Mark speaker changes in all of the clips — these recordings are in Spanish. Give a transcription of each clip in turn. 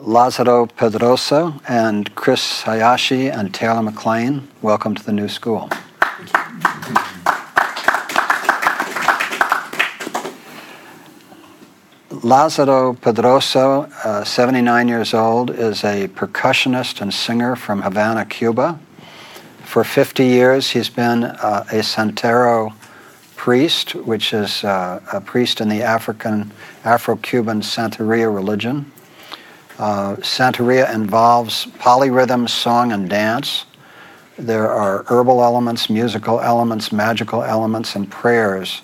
Speaker 1: Lazaro Pedrosa and Chris Hayashi and Taylor McLean. Welcome to the new school. Lazaro Pedroso, uh, 79 years old, is a percussionist and singer from Havana, Cuba. For 50 years, he's been uh, a Santero priest, which is uh, a priest in the African, Afro-Cuban Santeria religion. Uh, Santeria involves polyrhythm, song, and dance. There are herbal elements, musical elements, magical elements, and prayers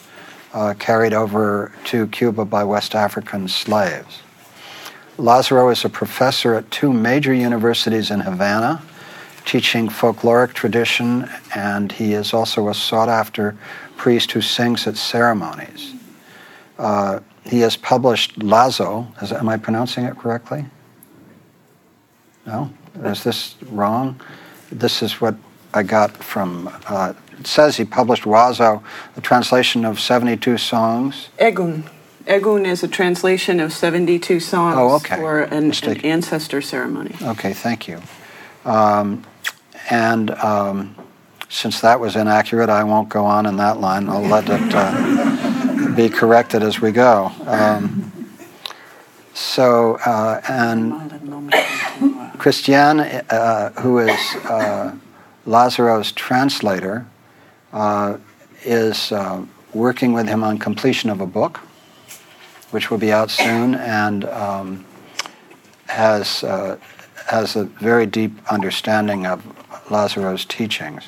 Speaker 1: uh, carried over to Cuba by West African slaves. Lazaro is a professor at two major universities in Havana, teaching folkloric tradition, and he is also a sought after priest who sings at ceremonies. Uh, he has published Lazo. Is, am I pronouncing it correctly? No? Is this wrong? This is what I got from uh, it says he published Wazo, a translation of 72 songs.
Speaker 2: Egun. Egun is a translation of 72 songs
Speaker 1: Oh, okay.
Speaker 2: for an, an
Speaker 1: Mistaken.
Speaker 2: ancestor ceremony.
Speaker 1: Okay, thank you. Um, and um, since that was inaccurate, I won't go on in that line. I'll let it uh, be corrected as we go. Um, so, uh, and Christiane, uh, who is uh, Lazaro's translator, uh, is uh, working with him on completion of a book, which will be out soon, and um, has uh, has a very deep understanding of Lazaro's teachings.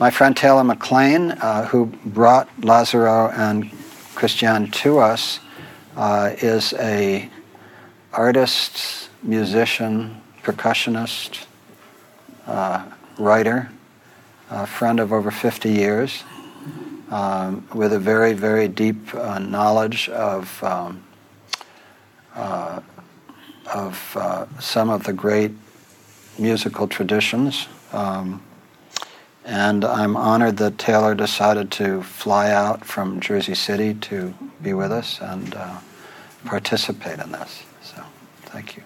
Speaker 1: My friend Taylor McLean, uh, who brought Lazaro and Christiane to us, uh, is a artist, musician, percussionist, uh, writer, a friend of over 50 years, um, with a very, very deep uh, knowledge of, um, uh, of uh, some of the great musical traditions. Um, and I'm honored that Taylor decided to fly out from Jersey City to be with us and uh, participate in this. So, thank you.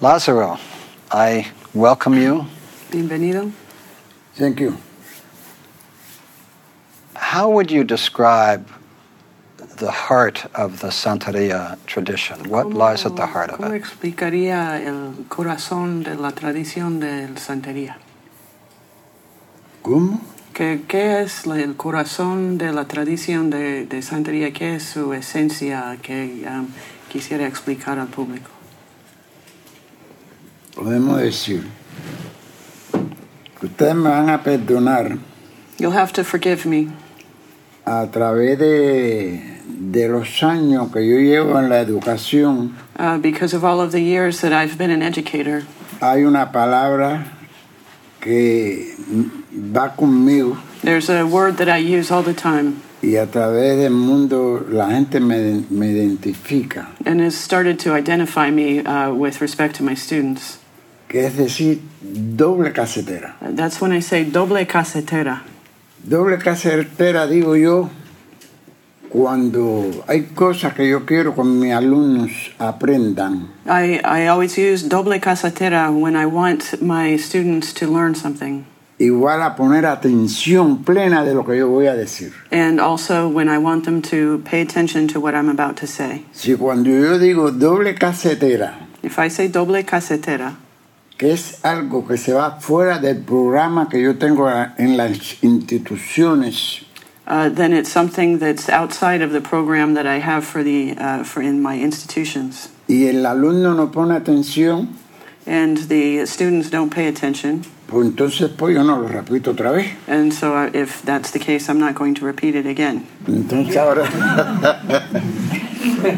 Speaker 1: Lazaro, I welcome you.
Speaker 2: Bienvenido.
Speaker 3: Thank you.
Speaker 1: How would you describe the heart of the Santeria tradition? What lies at the heart of
Speaker 2: ¿Cómo
Speaker 1: it?
Speaker 2: explicaría el corazón de la tradición del santería?
Speaker 3: ¿Cómo?
Speaker 2: ¿Qué, qué es la- el corazón de la tradición de, de santería? ¿Qué es su esencia que um, quisiera explicar al público?
Speaker 3: Podemos decir. Ustedes me van a perdonar
Speaker 2: You'll have to forgive me.
Speaker 3: a través de, de los años que yo llevo en la educación.
Speaker 2: Uh, because of all of the years that I've been an educator,
Speaker 3: Hay una palabra que va conmigo
Speaker 2: there's a word that I use all the time
Speaker 3: y a través del mundo la gente me, me identifica,
Speaker 2: and has started to identify me uh, with respect to my students.
Speaker 3: que es decir doble casetera.
Speaker 2: That's when I say doble casetera.
Speaker 3: Doble casetera digo yo cuando hay cosas que yo quiero que mis alumnos aprendan.
Speaker 2: I, I always use doble casetera when I want my students to learn something,
Speaker 3: igual a poner atención plena de lo que yo voy a decir.
Speaker 2: and also when I want them to pay attention to what I'm about to say.
Speaker 3: Si cuando yo digo doble casetera,
Speaker 2: If I say doble casetera,
Speaker 3: que es algo que se va fuera del programa que yo tengo a- en las instituciones,
Speaker 2: uh, then it's something that's outside of the program that I have for the uh, for in my institutions.
Speaker 3: y el alumno no pone atención,
Speaker 2: and the students don't pay attention.
Speaker 3: pues entonces pues yo no lo repito otra vez.
Speaker 2: And so, uh, if that's the case, I'm not going to repeat it again.
Speaker 3: Entonces ahora,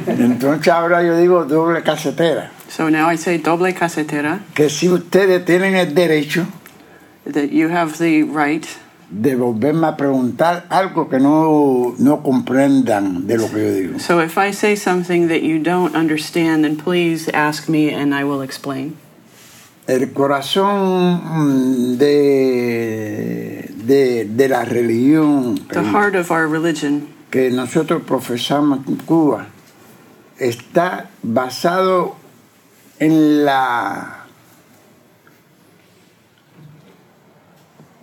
Speaker 3: entonces ahora yo digo doble casetera,
Speaker 2: So now I say doble casetera,
Speaker 3: que si ustedes tienen el derecho
Speaker 2: that you have the right
Speaker 3: de volverme a preguntar algo que no, no comprendan de lo que yo digo.
Speaker 2: So if I say something that you don't understand, then please ask me and I will explain.
Speaker 3: El corazón mm, de, de, de la religión
Speaker 2: The
Speaker 3: que,
Speaker 2: heart of our religion
Speaker 3: que nosotros profesamos en Cuba está basado en la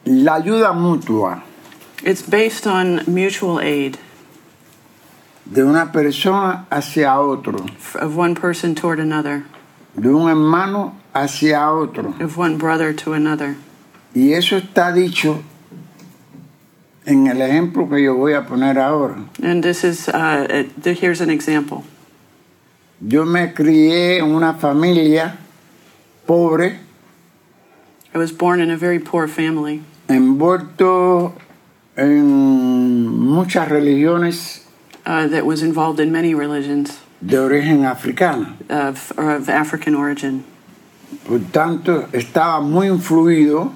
Speaker 3: la ayuda mutua
Speaker 2: It's based on mutual aid
Speaker 3: de una persona hacia otro,
Speaker 2: f- of one person toward another,
Speaker 3: de un hermano hacia otro.
Speaker 2: of one brother to another.
Speaker 3: Y eso está dicho en el ejemplo que yo voy a poner ahora.
Speaker 2: And this is, uh, it- th- here's an example.
Speaker 3: Yo me crié en una familia pobre,
Speaker 2: I was born in a very poor family,
Speaker 3: envuelto en muchas religiones
Speaker 2: uh, that was involved in many religions
Speaker 3: de origen africano.
Speaker 2: of, or of African origin.
Speaker 3: Por tanto, estaba muy influido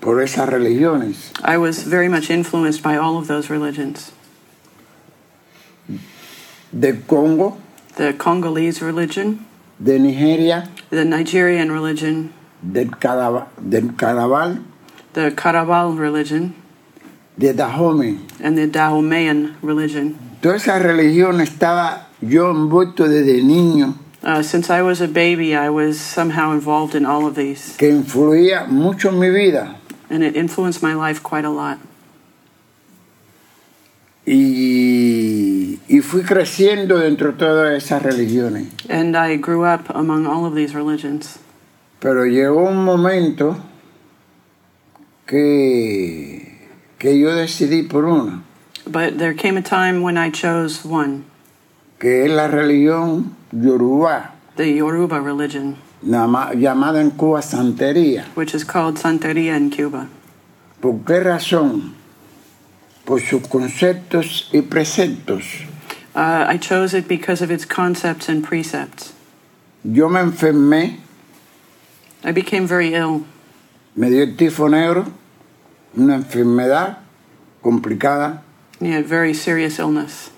Speaker 3: por esas religiones.
Speaker 2: I was very much influenced by all of those religions
Speaker 3: Del Congo,
Speaker 2: the Congolese religion,
Speaker 3: de Nigeria,
Speaker 2: the Nigerian religion,
Speaker 3: del, Caraba- del Carabal,
Speaker 2: the Karabal religion,
Speaker 3: de Dahomey.
Speaker 2: and the Dahomean religion.
Speaker 3: Toda esa religión estaba yo envuelto desde niño,
Speaker 2: Uh, since I was a baby, I was somehow involved in all of these,
Speaker 3: que influía mucho en mi vida.
Speaker 2: and it influenced my life quite a lot.
Speaker 3: Y, y fui creciendo dentro de todas esas religiones.
Speaker 2: And I grew up among all of these religions.
Speaker 3: Pero llegó un momento que, que yo decidí por una,
Speaker 2: But there came a time when I chose one,
Speaker 3: que es la religión yoruba,
Speaker 2: the Yoruba religion,
Speaker 3: nama- llamada en Cuba santería.
Speaker 2: which is called Santeria in Cuba.
Speaker 3: ¿Por qué razón? Por sus conceptos y preceptos.
Speaker 2: Uh, I chose it because of its concepts and precepts.
Speaker 3: Yo me enfermé,
Speaker 2: I became very ill.
Speaker 3: me dio el tifo negro, una enfermedad complicada,
Speaker 2: I had very serious illness,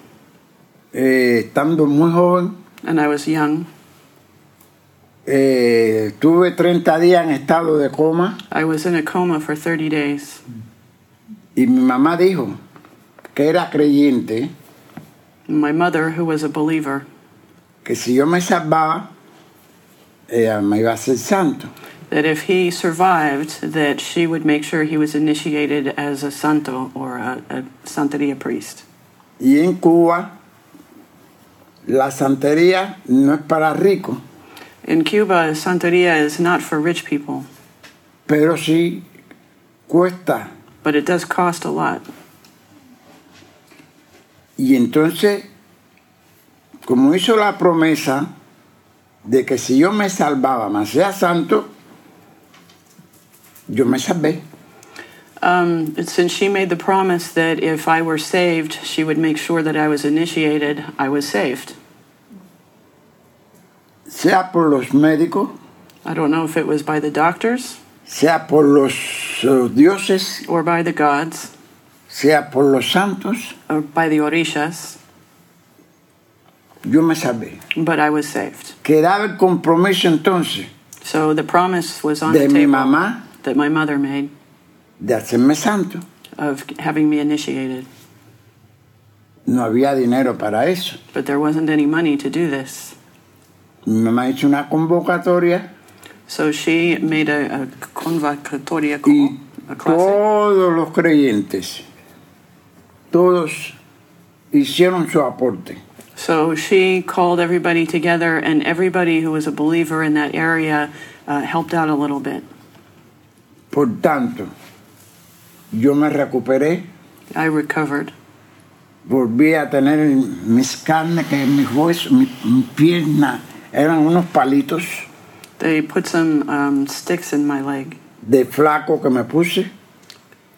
Speaker 3: eh, estando muy joven.
Speaker 2: and I was young.
Speaker 3: Eh, tuve 30 días en estado de coma
Speaker 2: I was in a coma for 30 days.
Speaker 3: y mi mamá dijo que era creyente,
Speaker 2: My mother, who was a believer,
Speaker 3: que si yo me salvaba, ella me iba a ser santo.
Speaker 2: that if he survived, that she would make sure he was initiated as a santo or a, a santeria priest.
Speaker 3: Y en Cuba, la santería no es para ricos,
Speaker 2: In Cuba, santeria is not for rich people,
Speaker 3: pero sí cuesta.
Speaker 2: but it does cost a lot.
Speaker 3: Y entonces, como hizo la promesa de que si yo me salvaba, me hacía santo, yo me salvé.
Speaker 2: Um, since she made the promise that if I were saved, she would make sure that I was initiated, I was saved.
Speaker 3: sea por los médicos,
Speaker 2: I don't know if it was by the doctors
Speaker 3: sea por los eh, dioses,
Speaker 2: or by the gods
Speaker 3: sea por los santos,
Speaker 2: or by the orishas,
Speaker 3: yo me salvé.
Speaker 2: but I was saved.
Speaker 3: Quedaba el compromiso entonces
Speaker 2: So the promise was on
Speaker 3: de
Speaker 2: the
Speaker 3: mi
Speaker 2: table
Speaker 3: mamá
Speaker 2: that my mother made
Speaker 3: de hacerme santo.
Speaker 2: of having me initiated,
Speaker 3: No había dinero para eso.
Speaker 2: but there wasn't any money to do this.
Speaker 3: Mi mamá hizo una convocatoria
Speaker 2: So she made a, a convocatoria,
Speaker 3: y
Speaker 2: como, a clase,
Speaker 3: todos los creyentes, todos hicieron su aporte.
Speaker 2: So she called everybody together, and everybody who was a believer in that area uh, helped out a little bit.
Speaker 3: Por tanto, yo me recuperé,
Speaker 2: I recovered.
Speaker 3: volví a tener mis carnes, que mis huesos, mis, mis piernas eran unos palitos
Speaker 2: They put some um, sticks in my leg
Speaker 3: de flaco que me puse.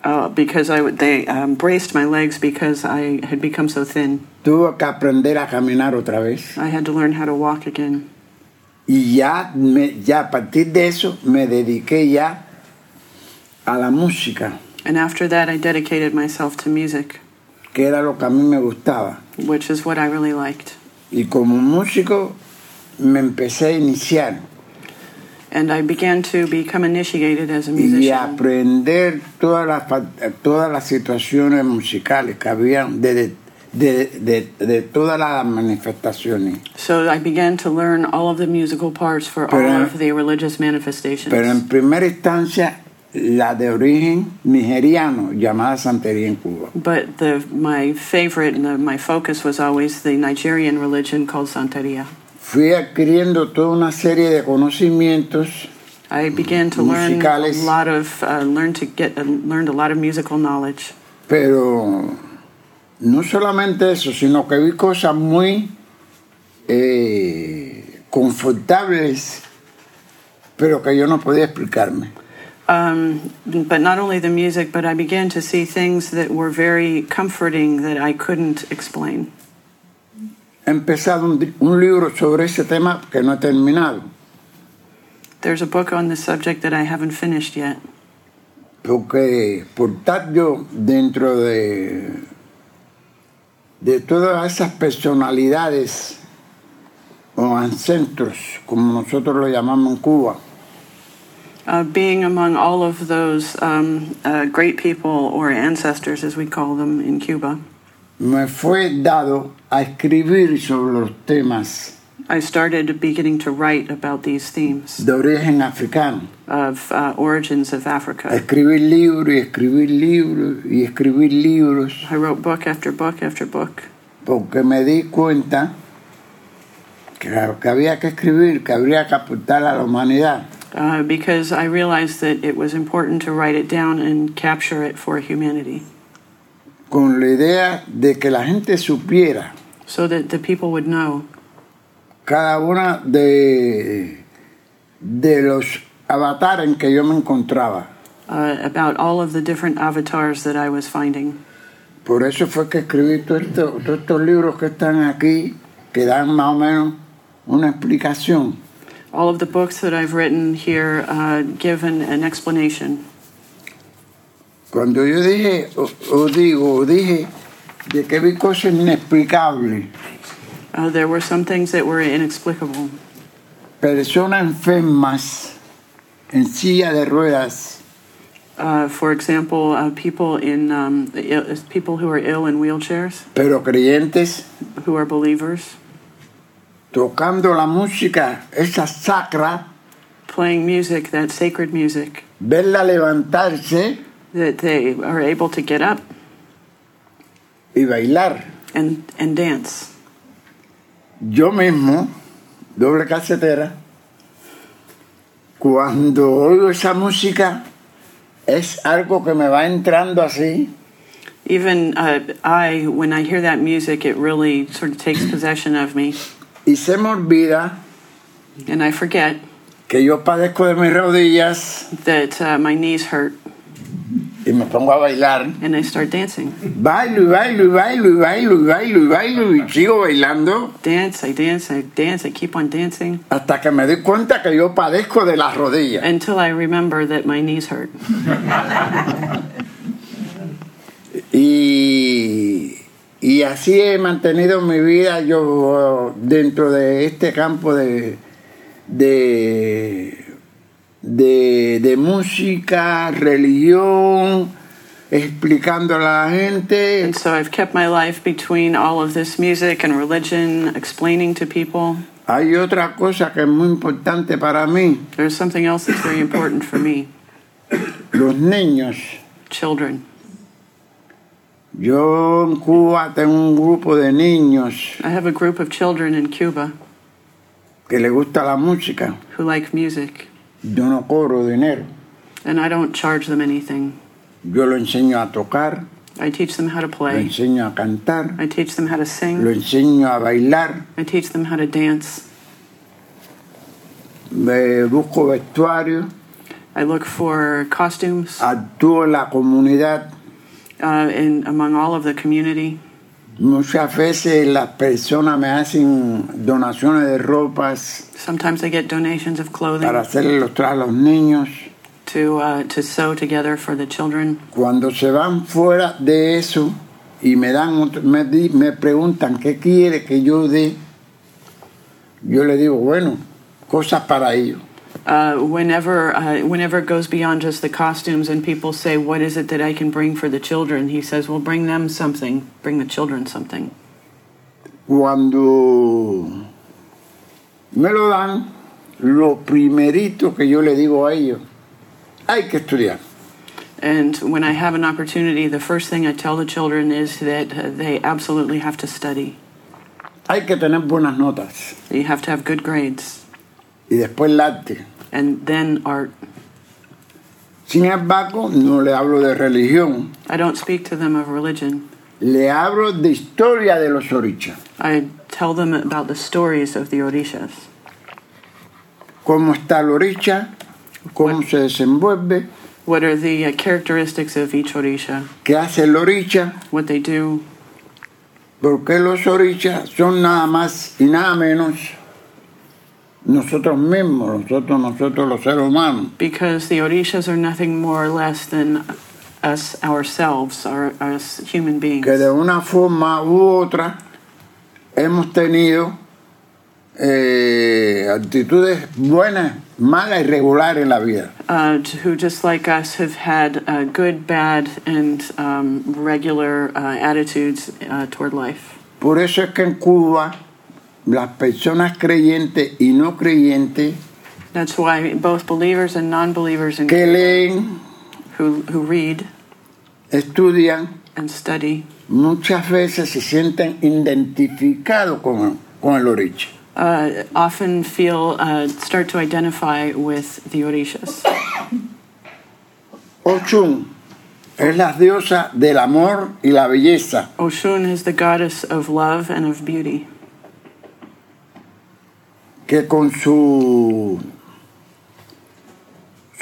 Speaker 2: uh, because I would, they um, braced my legs because I had become so thin.
Speaker 3: Tuve que aprender a caminar otra vez.
Speaker 2: I had to learn how to walk again.
Speaker 3: Y ya, me- ya a partir de eso me dediqué ya a la música,
Speaker 2: And after that, I dedicated myself to music,
Speaker 3: que era lo que a mí me gustaba.
Speaker 2: which is what I really liked.
Speaker 3: Y como músico me empecé a iniciar
Speaker 2: And I began to become initiated as a
Speaker 3: y
Speaker 2: musician
Speaker 3: aprender todas las, fa- todas las situaciones musicales que habían desde de, de- de todas las manifestaciones.
Speaker 2: So I began to learn all of the musical parts for all
Speaker 3: Pero-
Speaker 2: of the religious manifestations.
Speaker 3: Pero en primera instancia, la de origen nigeriano, llamada santería en Cuba.
Speaker 2: but the, my favorite and the, my focus was always the Nigerian religion called Santeria.
Speaker 3: Fui adquiriendo toda una serie de conocimientos
Speaker 2: I began to learn a
Speaker 3: Mm, Musicales.
Speaker 2: lot of uh, learn to get uh, learned a lot of musical knowledge.
Speaker 3: Pero no solamente eso, sino que vi cosas muy eh, confortables, pero que yo no podía explicarme.
Speaker 2: Um, but not only the music, but I began to see things that were very comforting that I couldn't explain.
Speaker 3: He empezado un, di- un libro sobre ese tema que no he terminado,
Speaker 2: There's a book on this subject that I haven't finished yet.
Speaker 3: porque por estar yo dentro de, de todas esas personalidades o ancestros, como nosotros lo llamamos en Cuba,
Speaker 2: Uh, being among all of those um, uh, great people or ancestors, as we call them in Cuba,
Speaker 3: me fue dado a escribir sobre los temas
Speaker 2: I started beginning to write about these themes
Speaker 3: de origen africano.
Speaker 2: of uh, origins of
Speaker 3: A
Speaker 2: Africa.
Speaker 3: escribir libros y escribir libros y escribir libros,
Speaker 2: I wrote book after book after book
Speaker 3: porque me di cuenta que, que había que escribir, que habría que aportar a la humanidad.
Speaker 2: uh, because I realized that it was important to write it down and capture it for humanity.
Speaker 3: Con la idea de que la gente supiera
Speaker 2: so that the people would know
Speaker 3: cada una de, de los avatares en que yo me encontraba.
Speaker 2: uh, about all of the different avatars that I was finding.
Speaker 3: Por eso fue que escribí todo esto- todos estos libros que están aquí, que dan más o menos una explicación.
Speaker 2: All of the books that I've written here uh, give an, an explanation.
Speaker 3: Cuando yo dije, o, o digo, o dije, de que vi cosas inexplicables,
Speaker 2: Uh, there were some things that were inexplicable.
Speaker 3: personas enfermas, en silla de ruedas,
Speaker 2: Uh, for example, uh, people in um, the Ill, people who are ill in wheelchairs,
Speaker 3: pero creyentes,
Speaker 2: who are believers,
Speaker 3: tocando la música, esa sacra,
Speaker 2: playing music, that sacred music,
Speaker 3: verla levantarse
Speaker 2: that they are able to get up
Speaker 3: y bailar.
Speaker 2: and, and dance.
Speaker 3: Yo mismo, doble casetera, cuando oigo esa música, es algo que me va entrando así,
Speaker 2: Even uh, I, when I hear that music, it really sort of takes possession of me,
Speaker 3: y se me olvida
Speaker 2: and I forget
Speaker 3: que yo padezco de mis rodillas
Speaker 2: that uh, my knees hurt
Speaker 3: y me pongo a bailar.
Speaker 2: and I start dancing.
Speaker 3: Bailo y bailo y bailo y bailo y bailo y bailo y sigo bailando
Speaker 2: Dance, I dance, I dance, I keep on dancing
Speaker 3: hasta que me doy cuenta que yo padezco de las rodillas.
Speaker 2: until I remember that my knees hurt.
Speaker 3: Y, y así he mantenido mi vida yo dentro de este campo de, de, de, de música, religión, explicando a la gente.
Speaker 2: And so I've kept my life between all of this music and religion, explaining to people.
Speaker 3: Hay otra cosa que es muy importante para mí,
Speaker 2: There's something else that's very important for me
Speaker 3: los niños.
Speaker 2: children.
Speaker 3: Yo en Cuba tengo un grupo de niños
Speaker 2: I have a group of children in Cuba
Speaker 3: que les gusta la música.
Speaker 2: who like music,
Speaker 3: Yo no cobro dinero.
Speaker 2: and I don't charge them anything.
Speaker 3: Yo lo enseño a tocar,
Speaker 2: I teach them how to
Speaker 3: lo
Speaker 2: play,
Speaker 3: enseño a cantar,
Speaker 2: I teach them how to
Speaker 3: lo
Speaker 2: sing,
Speaker 3: enseño a bailar,
Speaker 2: I teach them how to dance.
Speaker 3: me busco vestuario,
Speaker 2: I look for costumes
Speaker 3: Ah. actúo en la comunidad.
Speaker 2: uh, in, among all of the community.
Speaker 3: Muchas veces las personas me hacen donaciones de ropas
Speaker 2: Sometimes I get donations of clothing
Speaker 3: para hacerle los trajes a los niños.
Speaker 2: to uh, to sew together for the children.
Speaker 3: Cuando se van fuera de eso y me dan otro- me, di- me preguntan qué quiere que yo dé, yo le digo, bueno, cosas para ellos.
Speaker 2: uh, whenever uh, whenever it goes beyond just the costumes and people say, "What is it that I can bring for the children?" He says, "Well, bring them something. Bring the children something."
Speaker 3: Cuando me lo dan, lo primerito que yo le digo a ellos, hay que estudiar.
Speaker 2: And when I have an opportunity, the first thing I tell the children is that uh, they absolutely have to study.
Speaker 3: Hay que tener buenas notas
Speaker 2: You have to have good grades,
Speaker 3: y después el arte.
Speaker 2: and then art.
Speaker 3: Sin embargo, no le hablo de religión,
Speaker 2: I don't speak to them of religion.
Speaker 3: le hablo de historia de los orichas.
Speaker 2: I tell them about the stories of the Orishas.
Speaker 3: Cómo está el oricha, cómo se desenvuelve,
Speaker 2: What are the uh, characteristics of each Orisha?
Speaker 3: qué hace el oricha,
Speaker 2: What they do?
Speaker 3: porque los orichas son nada más y nada menos nosotros mismos, nosotros, nosotros los seres humanos.
Speaker 2: Because the Orishas are nothing more or less than us ourselves, our, us human beings.
Speaker 3: que de una forma u otra hemos tenido eh, actitudes buenas, malas y regulares en la vida.
Speaker 2: uh, t- who, just like us, have had uh, good, bad, and um, regular uh, attitudes uh, toward life.
Speaker 3: Por eso es que en Cuba las personas creyentes y no creyentes
Speaker 2: That's why both believers and non believers
Speaker 3: que
Speaker 2: who,
Speaker 3: leen,
Speaker 2: who read
Speaker 3: estudian,
Speaker 2: and study
Speaker 3: muchas veces se sienten identificados con, con el oriche.
Speaker 2: uh, often feel, uh, start to identify with the Orishas.
Speaker 3: Ochun es la diosa del amor y la belleza.
Speaker 2: Oshun is the goddess of love and of beauty,
Speaker 3: que con su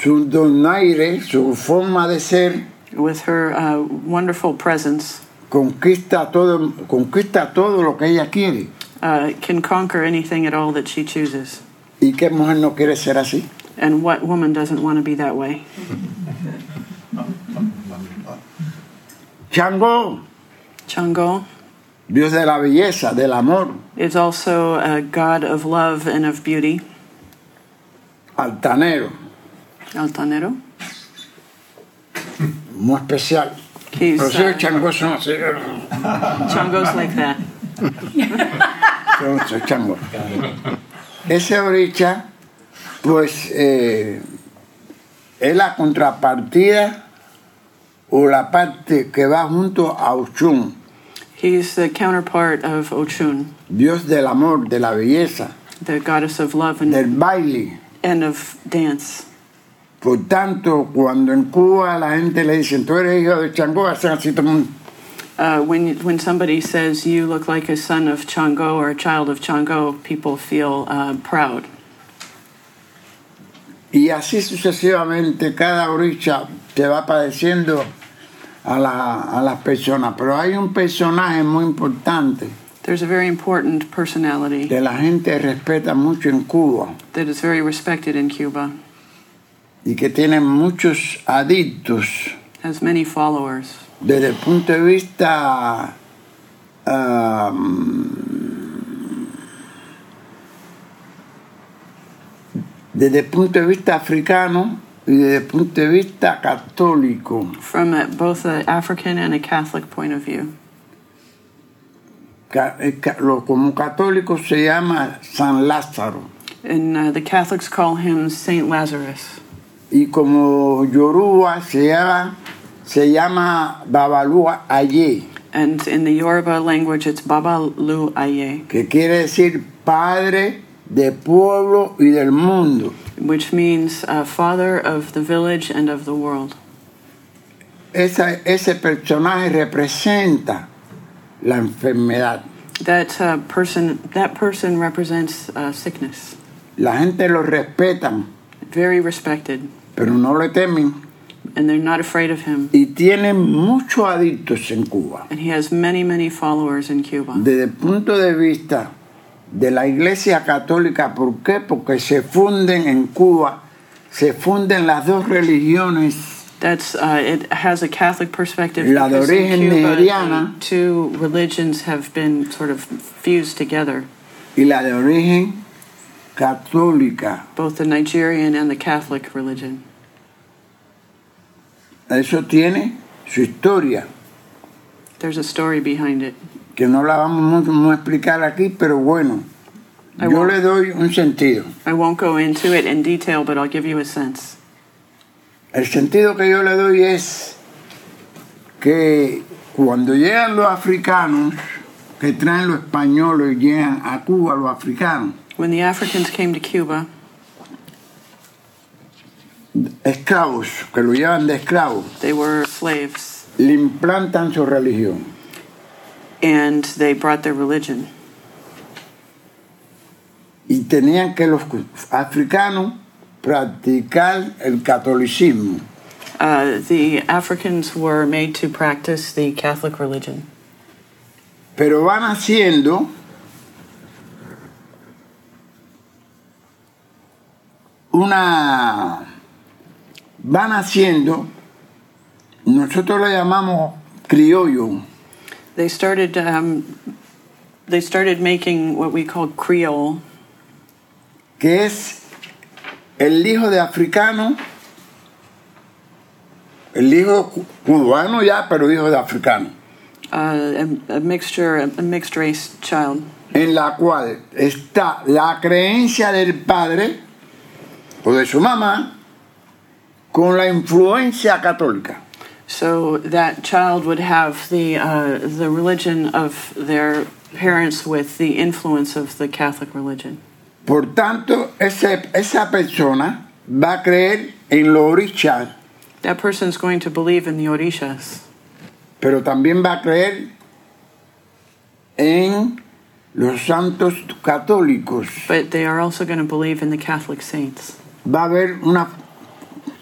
Speaker 3: su donaire, su forma de ser,
Speaker 2: with her uh, wonderful presence.
Speaker 3: conquista todo, conquista todo lo que ella quiere.
Speaker 2: Uh, can conquer anything at all that she chooses.
Speaker 3: ¿Y qué mujer no quiere ser así?
Speaker 2: And what woman doesn't want to be that way?
Speaker 3: Chango,
Speaker 2: Chang'o
Speaker 3: Dios de la belleza, del amor,
Speaker 2: is also a god of love and of beauty,
Speaker 3: altanero,
Speaker 2: Altanero.
Speaker 3: muy especial.
Speaker 2: He's
Speaker 3: Pero sí,
Speaker 2: uh,
Speaker 3: Chango son así,
Speaker 2: Chango's like that.
Speaker 3: son así, Chango. Ese oricha, pues, eh, es la contrapartida o la parte que va junto a Ochun.
Speaker 2: He's the counterpart of Ochun,
Speaker 3: Dios del amor, de la belleza,
Speaker 2: the goddess of love and,
Speaker 3: del baile.
Speaker 2: and of dance.
Speaker 3: Por tanto, cuando en Cuba la gente le dicen, tú eres hijo de Changó, hacen así todo el mundo.
Speaker 2: Uh, when when somebody says you look like a son of Chango or a child of Chango, people feel uh, proud.
Speaker 3: Y así sucesivamente, cada oricha te va padeciendo a, la- a las personas. Pero hay un personaje muy importante
Speaker 2: There's a very important personality
Speaker 3: que la gente respeta mucho en Cuba
Speaker 2: that is very respected in Cuba,
Speaker 3: y que tiene muchos adictos
Speaker 2: has many followers
Speaker 3: desde el punto de vista am, desde el punto de vista africano y desde el punto de vista católico
Speaker 2: from a, both an African and a Catholic point of view.
Speaker 3: Ca- eh, ca- lo- como católico se llama San Lázaro
Speaker 2: And uh, the Catholics call him Saint Lazarus.
Speaker 3: y como yoruba se llama se llama Babalúa Ayé
Speaker 2: And in the Yoruba language, it's Baba Lu Aye,
Speaker 3: que quiere decir padre de pueblo y del mundo
Speaker 2: which means uh, father of the village and of the world.
Speaker 3: Esa- ese personaje representa la enfermedad.
Speaker 2: That uh, person, that person represents uh, sickness.
Speaker 3: La gente lo respetan,
Speaker 2: Very respected,
Speaker 3: pero no le temen.
Speaker 2: and they're not afraid of him.
Speaker 3: Y tienen muchos adictos en Cuba.
Speaker 2: And he has many, many followers in Cuba.
Speaker 3: Desde el punto de vista de la Iglesia Católica, ¿por qué? Porque se funden en Cuba, se funden las dos religiones,
Speaker 2: That's uh, it has a Catholic perspective.
Speaker 3: La de
Speaker 2: because in
Speaker 3: origen
Speaker 2: Cuba,
Speaker 3: nigeriana.
Speaker 2: the two religions have been sort of fused together.
Speaker 3: y la de origen católica.
Speaker 2: both the Nigerian and the Catholic religion.
Speaker 3: Eso tiene su historia,
Speaker 2: There's a story behind it.
Speaker 3: que no la vamos mu- a explicar aquí, pero bueno,
Speaker 2: I
Speaker 3: yo
Speaker 2: won't.
Speaker 3: le doy un sentido.
Speaker 2: I won't go into it in detail, but I'll give you a sense.
Speaker 3: El sentido que yo le doy es que cuando llegan los africanos, que traen los españoles y llegan a Cuba los africanos,
Speaker 2: When the Africans came to Cuba,
Speaker 3: esclavos, que lo llevan de esclavos,
Speaker 2: they were slaves
Speaker 3: le implantan su religión.
Speaker 2: and they brought their religion.
Speaker 3: y tenían que los africanos practicar el catolicismo.
Speaker 2: Uh, the Africans were made to practice the Catholic religion,
Speaker 3: Pero van haciendo una van haciendo nosotros lo llamamos criollo,
Speaker 2: they started um, they started making what we call Creole,
Speaker 3: que es el hijo de africano, el hijo cu- cubano ya, pero hijo de africano.
Speaker 2: uh, a, a mixture, a, mixed race child,
Speaker 3: en la cual está la creencia del padre o de su mamá con la influencia católica.
Speaker 2: so that child would have the uh, the religion of their parents with the influence of the Catholic religion.
Speaker 3: Por tanto, ese- esa persona va a creer en los orichas,
Speaker 2: That person's going to believe in the Orishas,
Speaker 3: pero también va a creer en los santos católicos.
Speaker 2: but they are also going to believe in the Catholic saints.
Speaker 3: Va a haber una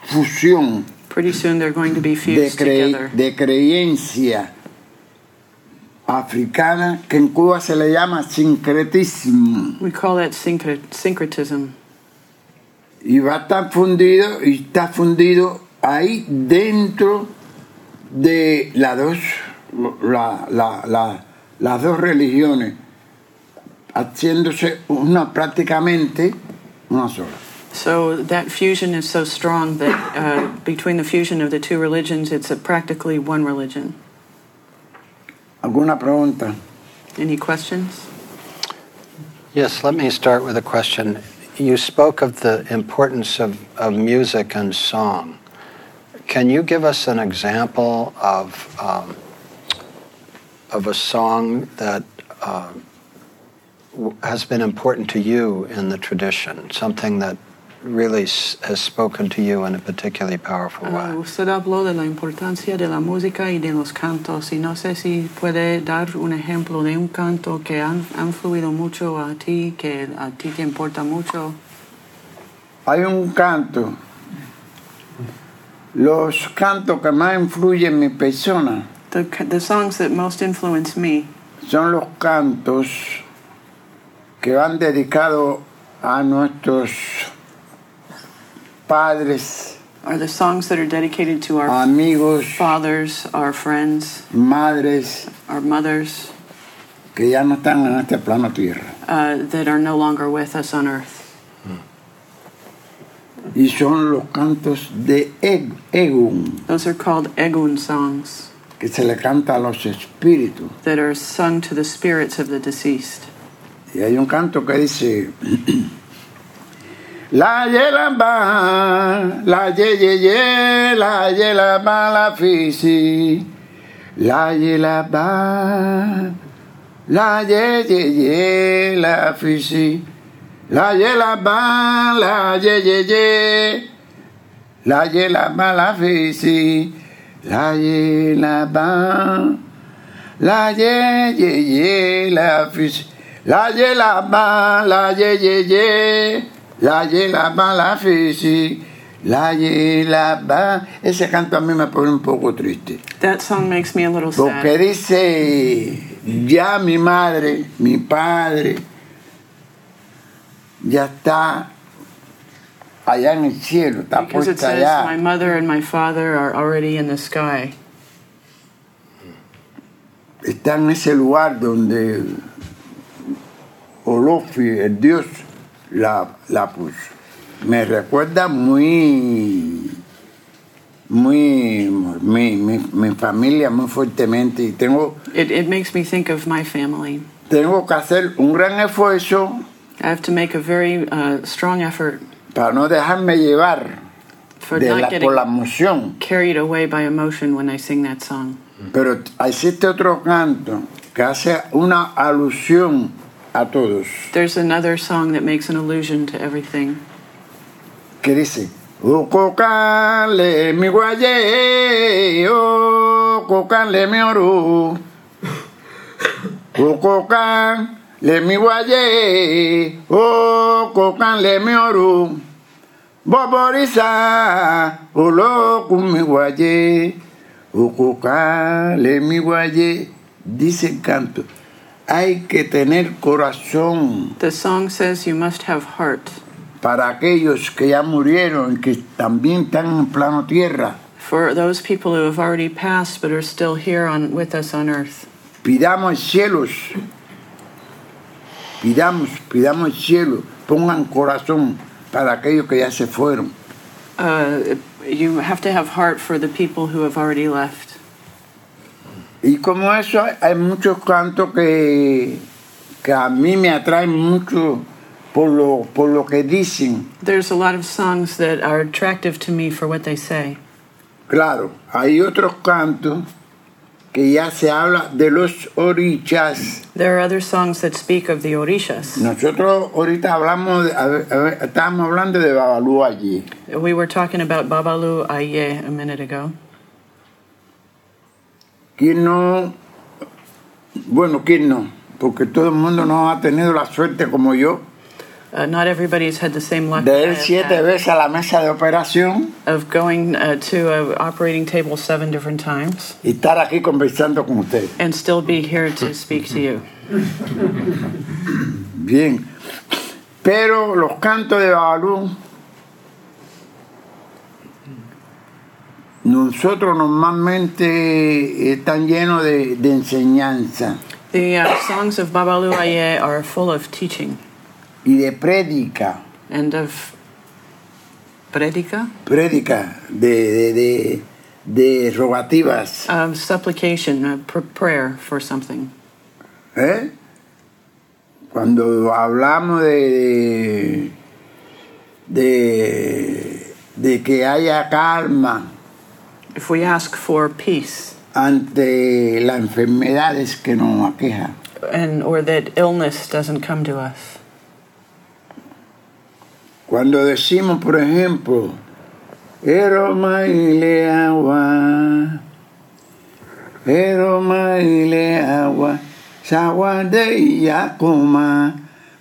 Speaker 3: fusión
Speaker 2: Pretty soon they're going to be
Speaker 3: de,
Speaker 2: fused
Speaker 3: cre-
Speaker 2: together.
Speaker 3: de creencia africana que en Cuba se le llama sincretismo
Speaker 2: We call that syncret- syncretism.
Speaker 3: y va a estar fundido y está fundido ahí dentro de las dos la- la- la- las dos religiones haciéndose una prácticamente una sola
Speaker 2: So that fusion is so strong that uh, between the fusion of the two religions, it's a practically one religion.
Speaker 3: alguna pregunta
Speaker 2: Any questions?
Speaker 1: Yes, let me start with a question. You spoke of the importance of, of music and song. Can you give us an example of, um, of a song that uh, w- has been important to you in the tradition? Something that really s- has spoken to you in a particularly powerful
Speaker 2: Uh,
Speaker 1: way?
Speaker 2: usted habló de la importancia de la música y de los cantos y no sé si puede dar un ejemplo de un canto que han, han fluido mucho a ti, que a ti te importa mucho.
Speaker 3: Hay un canto. Los cantos que más influyen en mi persona
Speaker 2: The, c- the songs that most influence me
Speaker 3: son los cantos que van dedicados a nuestros padres,
Speaker 2: are the songs that are dedicated to our
Speaker 3: Ah, amigos,
Speaker 2: fathers, our friends,
Speaker 3: madres
Speaker 2: our mothers
Speaker 3: que ya no están en este plano tierra.
Speaker 2: uh, that are no longer with us on earth.
Speaker 3: Y son los cantos de Eg- Egun,
Speaker 2: Those are called Egun songs
Speaker 3: que se le canta a los espíritus.
Speaker 2: that are sung to the spirits of the deceased.
Speaker 3: Y hay un canto que dice La yelamba, la ye ye ye, la yelamba la fisi, la yelamba, la ye ye ye, la fisi, la yelamba, la ye ye ye, la yelamba la fisi, la yelamba. La ye ye ye la fish. La ye la ma la ye ye ye. La ye la ma la fish. La ye la ma. Ese canto a mí me pone un poco triste.
Speaker 2: That song makes me a little sad.
Speaker 3: Porque dice ya mi madre, mi padre, ya está allá en el cielo, está
Speaker 2: Because it
Speaker 3: puesta
Speaker 2: says,
Speaker 3: allá.
Speaker 2: My mother and my father are already in the sky.
Speaker 3: está en ese lugar donde Olofi, el dios, la, la puso. Me recuerda muy, muy, mi, mi, mi familia muy fuertemente y tengo,
Speaker 2: It, it makes me think of my family.
Speaker 3: tengo que hacer un gran esfuerzo
Speaker 2: I have to make a very uh, strong effort
Speaker 3: para no dejarme llevar
Speaker 2: for
Speaker 3: de
Speaker 2: not
Speaker 3: la,
Speaker 2: getting
Speaker 3: por la emoción.
Speaker 2: carried away by emotion when I sing that song.
Speaker 3: Pero existe otro canto que hace una alusión a todos,
Speaker 2: There's another song that makes an allusion to everything.
Speaker 3: que dice, Ucocale mi guaye, ucocale mi oru, ucocale mi guaye, ucocale mi oru, boboriza, ulocu mi guaye, ucocale mi guaye, dice el canto. Hay que tener corazón
Speaker 2: The song says you must have heart
Speaker 3: para aquellos que ya murieron y que también están en plano tierra.
Speaker 2: for those people who have already passed but are still here on with us on earth.
Speaker 3: Pidamos cielos. Pidamos, pidamos cielo. Pongan corazón para aquellos que ya se fueron.
Speaker 2: Uh, you have to have heart for the people who have already left.
Speaker 3: Y como eso, hay muchos cantos que, que a mí me atraen mucho por lo, por lo que dicen.
Speaker 2: There's a lot of songs that are attractive to me for what they say.
Speaker 3: Claro, hay otros cantos que ya se habla de los orichas.
Speaker 2: There are other songs that speak of the orishas.
Speaker 3: Nosotros ahorita hablamos, de- a ver, a ver, estábamos hablando de Babalú allí.
Speaker 2: We were talking about Babalu Aye a minute ago.
Speaker 3: ¿Quién no? Bueno, ¿quién no? Porque todo el mundo no ha tenido la suerte como yo
Speaker 2: Uh, not everybody's had the same luck
Speaker 3: de
Speaker 2: I
Speaker 3: ir
Speaker 2: have
Speaker 3: siete
Speaker 2: had
Speaker 3: veces a la mesa de operación
Speaker 2: of going uh, to an operating table seven different times
Speaker 3: y estar aquí conversando con ustedes.
Speaker 2: and still be here to speak to you.
Speaker 3: Bien. Pero los cantos de Babalú, nosotros normalmente están llenos de, de enseñanza
Speaker 2: The uh, songs of Babalu Aye are full of teaching
Speaker 3: y de prédica.
Speaker 2: and of predica,
Speaker 3: prédica de, de, de, de rogativas.
Speaker 2: of supplication, uh, pr- prayer for something.
Speaker 3: ¿eh? Cuando hablamos de, de, de, de que haya calma
Speaker 2: If we ask for peace
Speaker 3: ante las enfermedades que nos aquejan.
Speaker 2: and or that illness doesn't come to us.
Speaker 3: Cuando decimos, por ejemplo, Eroma ile agua, Eroma ile agua, Sawade iya coma,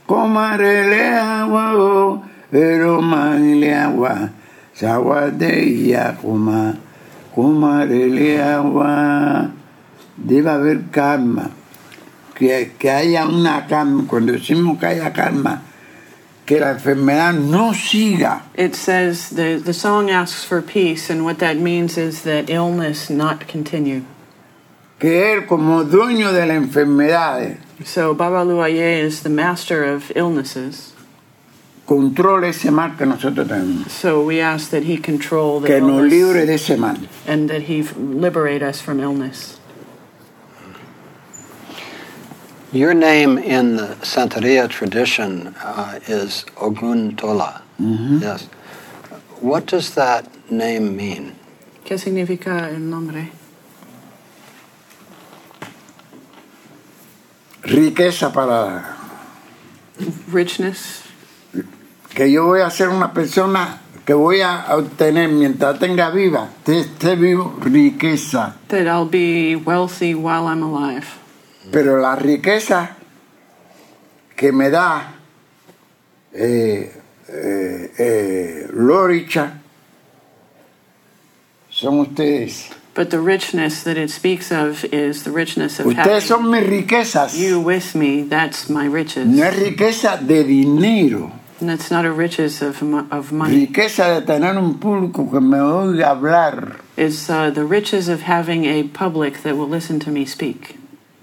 Speaker 3: Comarele agua, oh, Eroma ile agua, Sawade iya coma, Comarele agua. Debe haber calma, que, que haya una calma. Cuando decimos que haya calma, que la enfermedad no siga.
Speaker 2: It says the the song asks for peace and what that means is that illness not continue.
Speaker 3: que él como dueño de las enfermedades
Speaker 2: So Baba Luaye is the master of illnesses.
Speaker 3: controle ese mal que nosotros tenemos,
Speaker 2: So we ask that he control the
Speaker 3: que nos
Speaker 2: illness
Speaker 3: libre de ese mal.
Speaker 2: and that he f- liberate us from illness.
Speaker 1: Your name in the Santeria tradition uh, is Ogun Tola. Yes. What does that name mean?
Speaker 2: ¿Qué significa el nombre?
Speaker 3: Riqueza para
Speaker 2: Richness.
Speaker 3: que yo voy a ser una persona que voy a obtener mientras tenga viva, te- esté vivo, riqueza.
Speaker 2: That I'll be wealthy while I'm alive.
Speaker 3: Pero la riqueza que me da eh, eh, eh, Loricha son ustedes.
Speaker 2: But the richness that it speaks of is the richness of
Speaker 3: Ustedes
Speaker 2: having
Speaker 3: son mis riquezas.
Speaker 2: you with me. That's my riches.
Speaker 3: No es riqueza de dinero,
Speaker 2: And that's not a riches of, mo- of money.
Speaker 3: riqueza de tener un público que me oiga hablar.
Speaker 2: It's uh, the riches of having a public that will listen to me speak.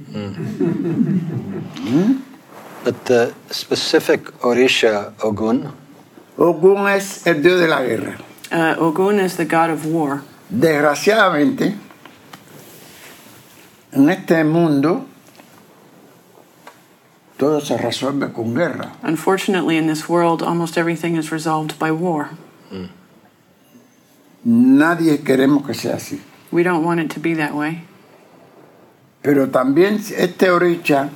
Speaker 1: But the specific Orisha, Ogun,
Speaker 3: Ogún es el dios de la guerra.
Speaker 2: Uh, Ogun is the god of war.
Speaker 3: Desgraciadamente, en este mundo, todo se resuelve con guerra.
Speaker 2: Unfortunately, in this world, almost everything is resolved by war.
Speaker 3: Nadie queremos que sea así.
Speaker 2: We don't want it to be that way.
Speaker 3: Pero también este orisha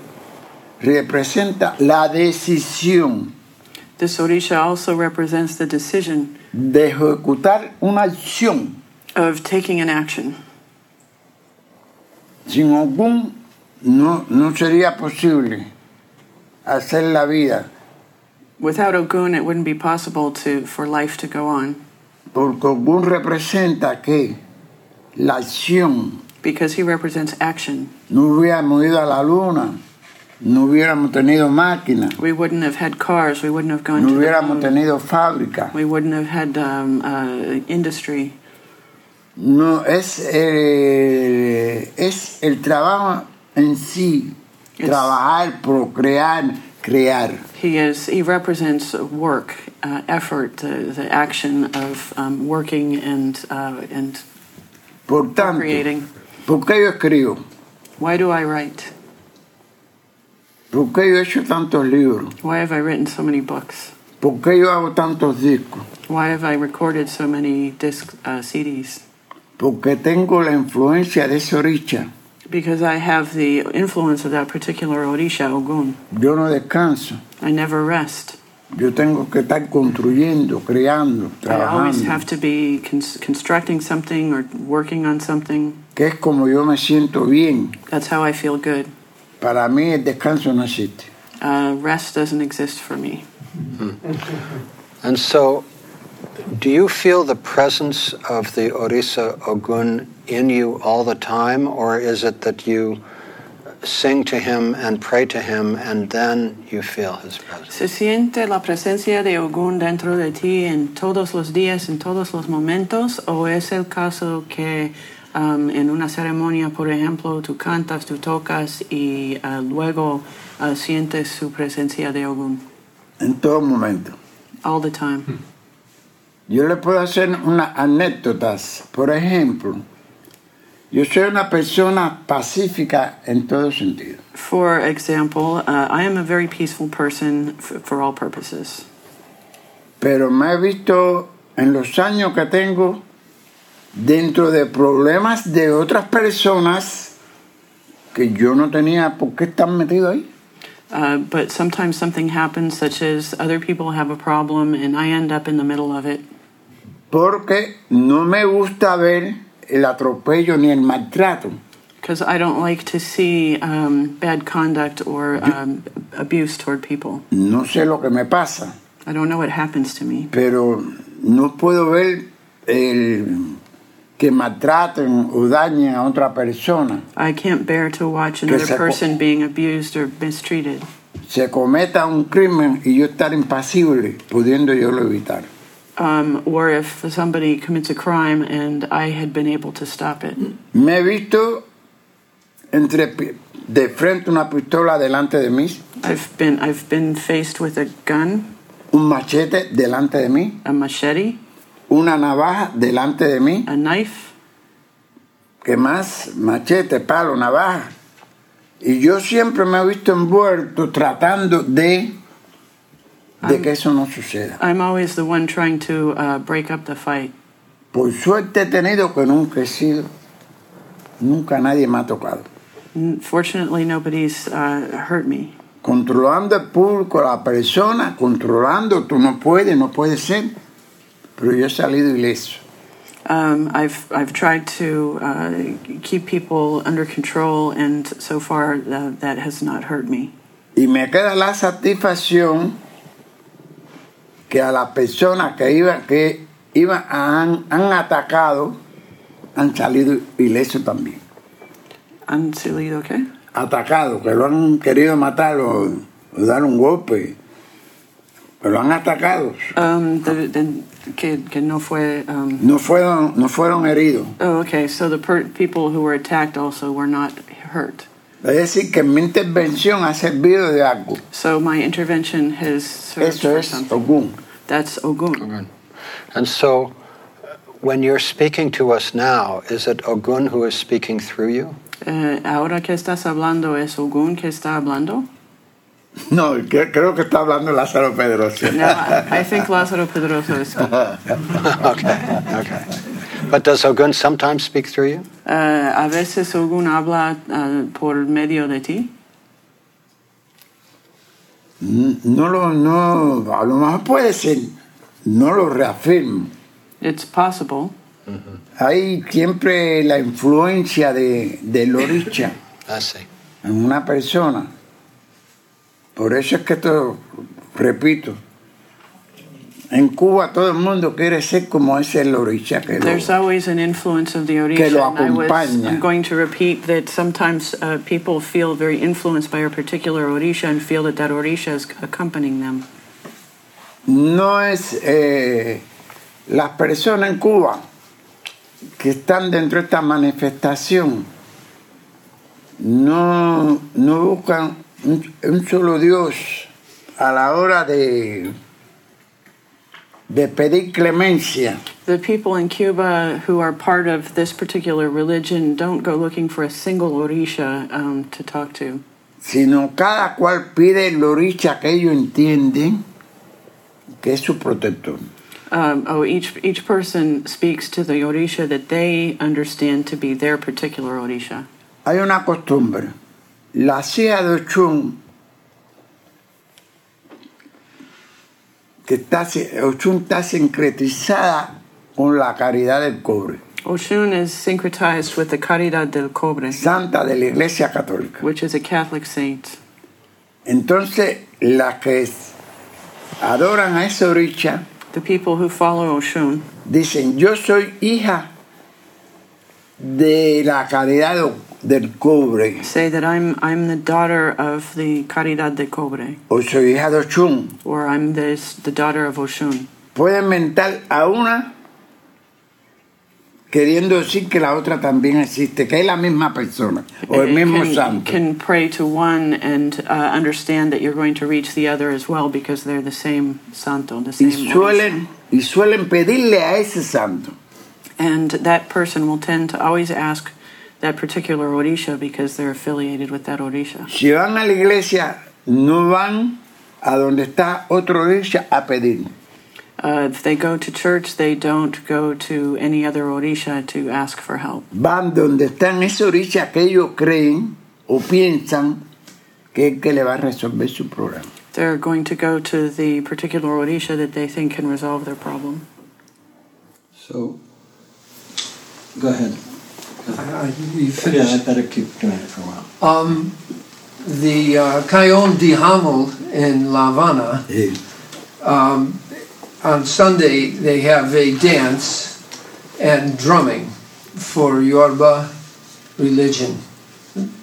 Speaker 3: representa la decisión
Speaker 2: This Orisha also represents the decision
Speaker 3: de ejecutar una acción.
Speaker 2: of taking an action.
Speaker 3: Sin Ogún no, no sería posible hacer la vida,
Speaker 2: Without Ogun, it wouldn't be possible to, for life to go on
Speaker 3: porque Ogún representa que la acción,
Speaker 2: because he represents action.
Speaker 3: no hubiéramos ido a la luna, no hubiéramos tenido máquina,
Speaker 2: We wouldn't have had cars, we wouldn't have gone
Speaker 3: no
Speaker 2: to the moon,
Speaker 3: hubiéramos tenido fábrica.
Speaker 2: we wouldn't have had um, uh, industry.
Speaker 3: No, es, eh, es el trabajo en sí.
Speaker 2: Es-
Speaker 3: Trabajar, procrear, crear.
Speaker 2: He is he represents work, uh, effort, the, the action of um, working and uh, and
Speaker 3: Por tanto,
Speaker 2: creating.
Speaker 3: ¿por qué yo escribo?
Speaker 2: Why do I write?
Speaker 3: ¿Por qué yo he hecho tantos libros?
Speaker 2: Why have I written so many books?
Speaker 3: ¿Por qué yo hago tantos discos?
Speaker 2: Why have I recorded so many disc uh, CDs?
Speaker 3: Porque tengo la influencia de ese oricha.
Speaker 2: Because I have the influence of that particular Odisha Ogun.
Speaker 3: Yo no descanso.
Speaker 2: I never rest.
Speaker 3: Yo tengo que estar construyendo, creando,
Speaker 2: I always have
Speaker 3: trabajando.
Speaker 2: to be cons- constructing something or working on something.
Speaker 3: Que es como yo me siento bien.
Speaker 2: That's how I feel good.
Speaker 3: Para mí el descanso no existe.
Speaker 2: Uh, rest doesn't exist for me.
Speaker 1: And so, do you feel the presence of the Orisa Ogun in you all the time, or is it that you sing to him and pray to him and then you feel his presence?
Speaker 2: Se siente la presencia de Ogun dentro de ti en todos los días, en todos los momentos, o es el caso que um, en una ceremonia, por ejemplo, tú cantas, tú tocas y uh, luego uh, sientes su presencia de Ogun
Speaker 3: En todo momento.
Speaker 2: all the time.
Speaker 3: Yo le puedo hacer unas anécdotas. Por ejemplo, yo soy una persona pacífica en todo sentido.
Speaker 2: For example, uh, I am a very peaceful person f- for all purposes,
Speaker 3: Pero me he visto en los años que tengo dentro de problemas de otras personas que yo no tenía por qué estar metido ahí.
Speaker 2: uh, but sometimes something happens, such as other people have a problem, and I end up in the middle of it.
Speaker 3: Porque no me gusta ver el atropello ni el maltrato.
Speaker 2: because I don't like to see um, bad conduct or um, abuse toward people.
Speaker 3: No sé lo que me pasa.
Speaker 2: I don't know what happens to me,
Speaker 3: pero no puedo ver el que maltraten o dañen a otra persona,
Speaker 2: I can't bear to watch another
Speaker 3: se co-
Speaker 2: person being abused or mistreated.
Speaker 3: se cometa un crimen y yo estar impasible, pudiendo yo lo evitar.
Speaker 2: Um, or if somebody commits a crime and I had been able to stop it.
Speaker 3: Me he visto entre pi- de frente una pistola delante de mí,
Speaker 2: I've been I've been faced with a gun,
Speaker 3: un machete delante de mí,
Speaker 2: a machete,
Speaker 3: una navaja delante de mí,
Speaker 2: a knife,
Speaker 3: que más machete, palo, navaja. Y yo siempre me he visto envuelto tratando de de que eso no suceda.
Speaker 2: I'm always the one trying to uh, break up the fight.
Speaker 3: Por suerte he tenido que nunca he sido, nunca nadie me ha tocado.
Speaker 2: N- Fortunately, nobody's uh, hurt me.
Speaker 3: Controlando el público, la persona, controlando, tú no puedes, no puedes ser. Pero yo he salido ileso.
Speaker 2: Um, I've I've tried to uh, keep people under control, and so far uh, that has not hurt me.
Speaker 3: Y me queda la satisfacción que a las personas que iban, que iban, han, han atacado, han salido ileso también.
Speaker 2: I'm silly, okay?
Speaker 3: atacado, que lo han querido matar o, o dar un golpe, pero lo han atacado.
Speaker 2: Um, the, the, que, que no fue, um,
Speaker 3: No fueron, no fueron heridos.
Speaker 2: oh, okay. So the per- people who were attacked also were not hurt.
Speaker 3: Es decir, que mi intervención ha servido de algo.
Speaker 2: So my intervention has served
Speaker 3: Eso
Speaker 2: for
Speaker 3: es
Speaker 2: something.
Speaker 3: Ogún.
Speaker 2: That's Ogun.
Speaker 1: Ogun. And so, uh, when you're speaking to us now, is it Ogun who is speaking through you?
Speaker 2: Eh, ahora que estás hablando, ¿es Ogun que está hablando?
Speaker 3: No, que- creo que está hablando Lázaro Pedroso.
Speaker 2: No, I, I think Lázaro Pedroso is speaking. Uh,
Speaker 1: okay, okay. But does Ogun sometimes speak through you?
Speaker 2: Eh, a veces Ogun habla ah, por medio de ti.
Speaker 3: Mm, No lo, no, a lo mejor puede ser, no lo reafirmo.
Speaker 2: It's possible.
Speaker 3: Hay siempre la influencia de, del oricha
Speaker 1: I see.
Speaker 3: en una persona. Por eso es que esto, repito, en Cuba todo el mundo quiere ser como ese el oricha que lo-
Speaker 2: There's always an influence of the
Speaker 3: Que
Speaker 2: Orisha.
Speaker 3: lo
Speaker 2: and I was,
Speaker 3: acompaña.
Speaker 2: I'm going to repeat that sometimes uh, people feel very influenced by a particular Orisha and feel that that Orisha is accompanying them.
Speaker 3: no es eh, las personas en Cuba que están dentro de esta manifestación no, no buscan un, un solo Dios a la hora de, de pedir clemencia.
Speaker 2: The people in Cuba who are part of this particular religion don't go looking for a single Orisha um, to talk to.
Speaker 3: sino cada cual pide el oricha que ellos entienden que es su protector.
Speaker 2: Um, oh, each each person speaks to the Orisha that they understand to be their particular Orisha.
Speaker 3: Hay una costumbre. La CIA de Ochun, que está, Ochun está sincretizada con la caridad del cobre,
Speaker 2: Oshun is syncretized with the Caridad del Cobre,
Speaker 3: santa de la Iglesia Católica.
Speaker 2: which is a Catholic saint.
Speaker 3: Entonces, las que adoran a ese oricha
Speaker 2: The people who follow Oshun
Speaker 3: dicen, yo soy hija de la caridad do- del cobre,
Speaker 2: say that I'm I'm the daughter of the Caridad de Cobre,
Speaker 3: o soy hija de Ochun.
Speaker 2: or I'm this the daughter of Oshun.
Speaker 3: Pueden mentar a una queriendo decir que la otra también existe, que es la misma persona, o el
Speaker 2: It
Speaker 3: mismo
Speaker 2: can,
Speaker 3: santo.
Speaker 2: can pray to one and uh, understand that you're going to reach the other as well because they're the same santo, the same.
Speaker 3: Y
Speaker 2: Orisha.
Speaker 3: suelen, y suelen pedirle a ese santo.
Speaker 2: And that person will tend to always ask that particular Odisha because they're affiliated with that Odisha.
Speaker 3: Si van a la iglesia, no van a donde está otro oricha a pedir.
Speaker 2: Uh, if they go to church, they don't go to any other Odisha to ask for help.
Speaker 3: van donde están esos orillas que ellos creen o piensan que es el que le va a resolver su problema.
Speaker 2: They're going to go to the particular Odisha that they think can resolve their problem.
Speaker 4: So, go ahead.
Speaker 5: You
Speaker 4: Yeah,
Speaker 5: finished.
Speaker 4: I better keep doing it for a while.
Speaker 5: Um, the uh, Cayón de Hamel in La Habana, um, on Sunday they have a dance and drumming for Yoruba religion.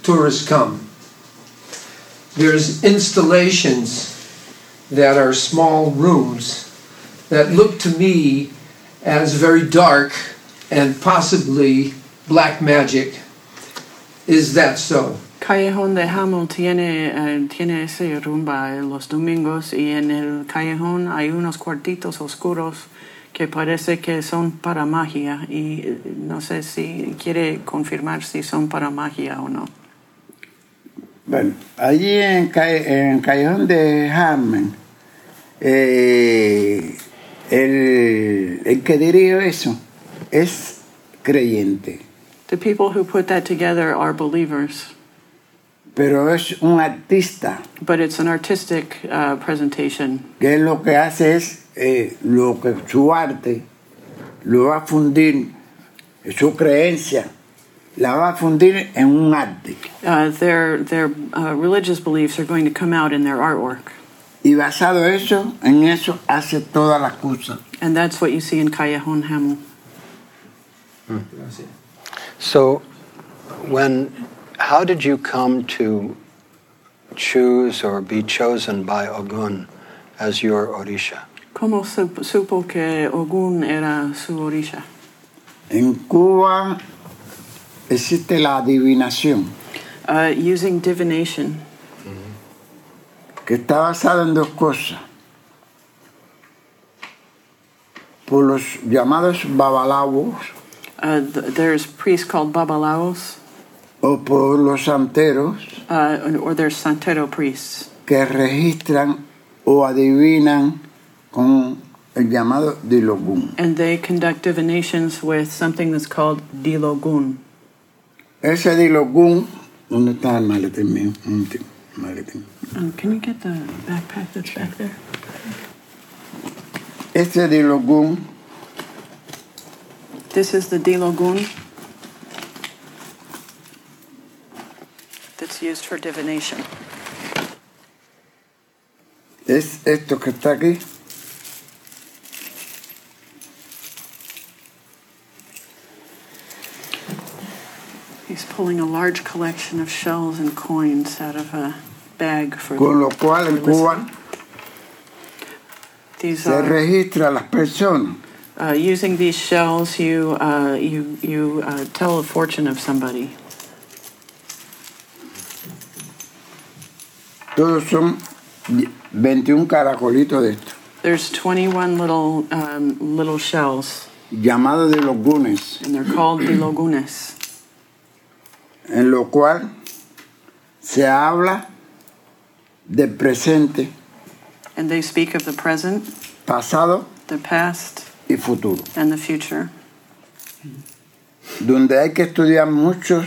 Speaker 5: Tourists come. There's installations that are small rooms that look to me as very dark and possibly black magic. Is that so?
Speaker 2: Callejón de Hamel tiene, eh, tiene ese rumba eh, los domingos y en el callejón hay unos cuartitos oscuros que parece que son para magia y eh, no sé si quiere confirmar si son para magia o no.
Speaker 3: Bueno, allí en, Ca- en Callejón de Harman, eh, el, el que dirige eso es creyente,
Speaker 2: The people who put that together are believers,
Speaker 3: pero es un artista
Speaker 2: but it's an artistic uh, presentation.
Speaker 3: que él lo que hace es eh, lo que su arte lo va a fundir, su creencia la va a fundir en un arte.
Speaker 2: Uh, their their uh, religious beliefs are going to come out in their artwork,
Speaker 3: Y basado eso, en eso hace todas las cosas.
Speaker 2: and that's what you see in Callejón Hamel.
Speaker 1: So, when, how did you come to choose or be chosen by Ogun as your Orisha?
Speaker 2: ¿Cómo sup- supo que Ogun era su orisha?
Speaker 3: En Cuba existe la adivinación.
Speaker 2: uh, using divination.
Speaker 3: que está basada en dos cosas. Por los llamados babalawos
Speaker 2: Uh, th- there's priests called babalaos,
Speaker 3: o por los santeros
Speaker 2: uh, or there's santero priests
Speaker 3: que registran o adivinan con el llamado dilogún.
Speaker 2: and they conduct divinations with something that's called dilogun.
Speaker 3: Ese dilogún, ¿dónde está el maletín mío? Un momentico, maletín.
Speaker 2: Um, can you get the backpack that's back there?
Speaker 3: Este dilogún
Speaker 2: This is the dilogun that's used for divination.
Speaker 3: es esto que está aquí.
Speaker 2: He's pulling a large collection of shells and coins out of a bag for
Speaker 3: Con lo cual en Cuba
Speaker 2: these
Speaker 3: se
Speaker 2: are
Speaker 3: registra a las personas.
Speaker 2: uh, using these shells you uh, you you uh, tell the fortune of somebody.
Speaker 3: Todos son 21 caracolitos de esto,
Speaker 2: There's 21 little um, little shells
Speaker 3: llamados dilogunes.
Speaker 2: and they're called dilogunes.
Speaker 3: en lo cual se habla del presente,
Speaker 2: And they speak of the present,
Speaker 3: pasado
Speaker 2: the past,
Speaker 3: y futuro,
Speaker 2: and the future.
Speaker 3: donde hay que estudiar muchos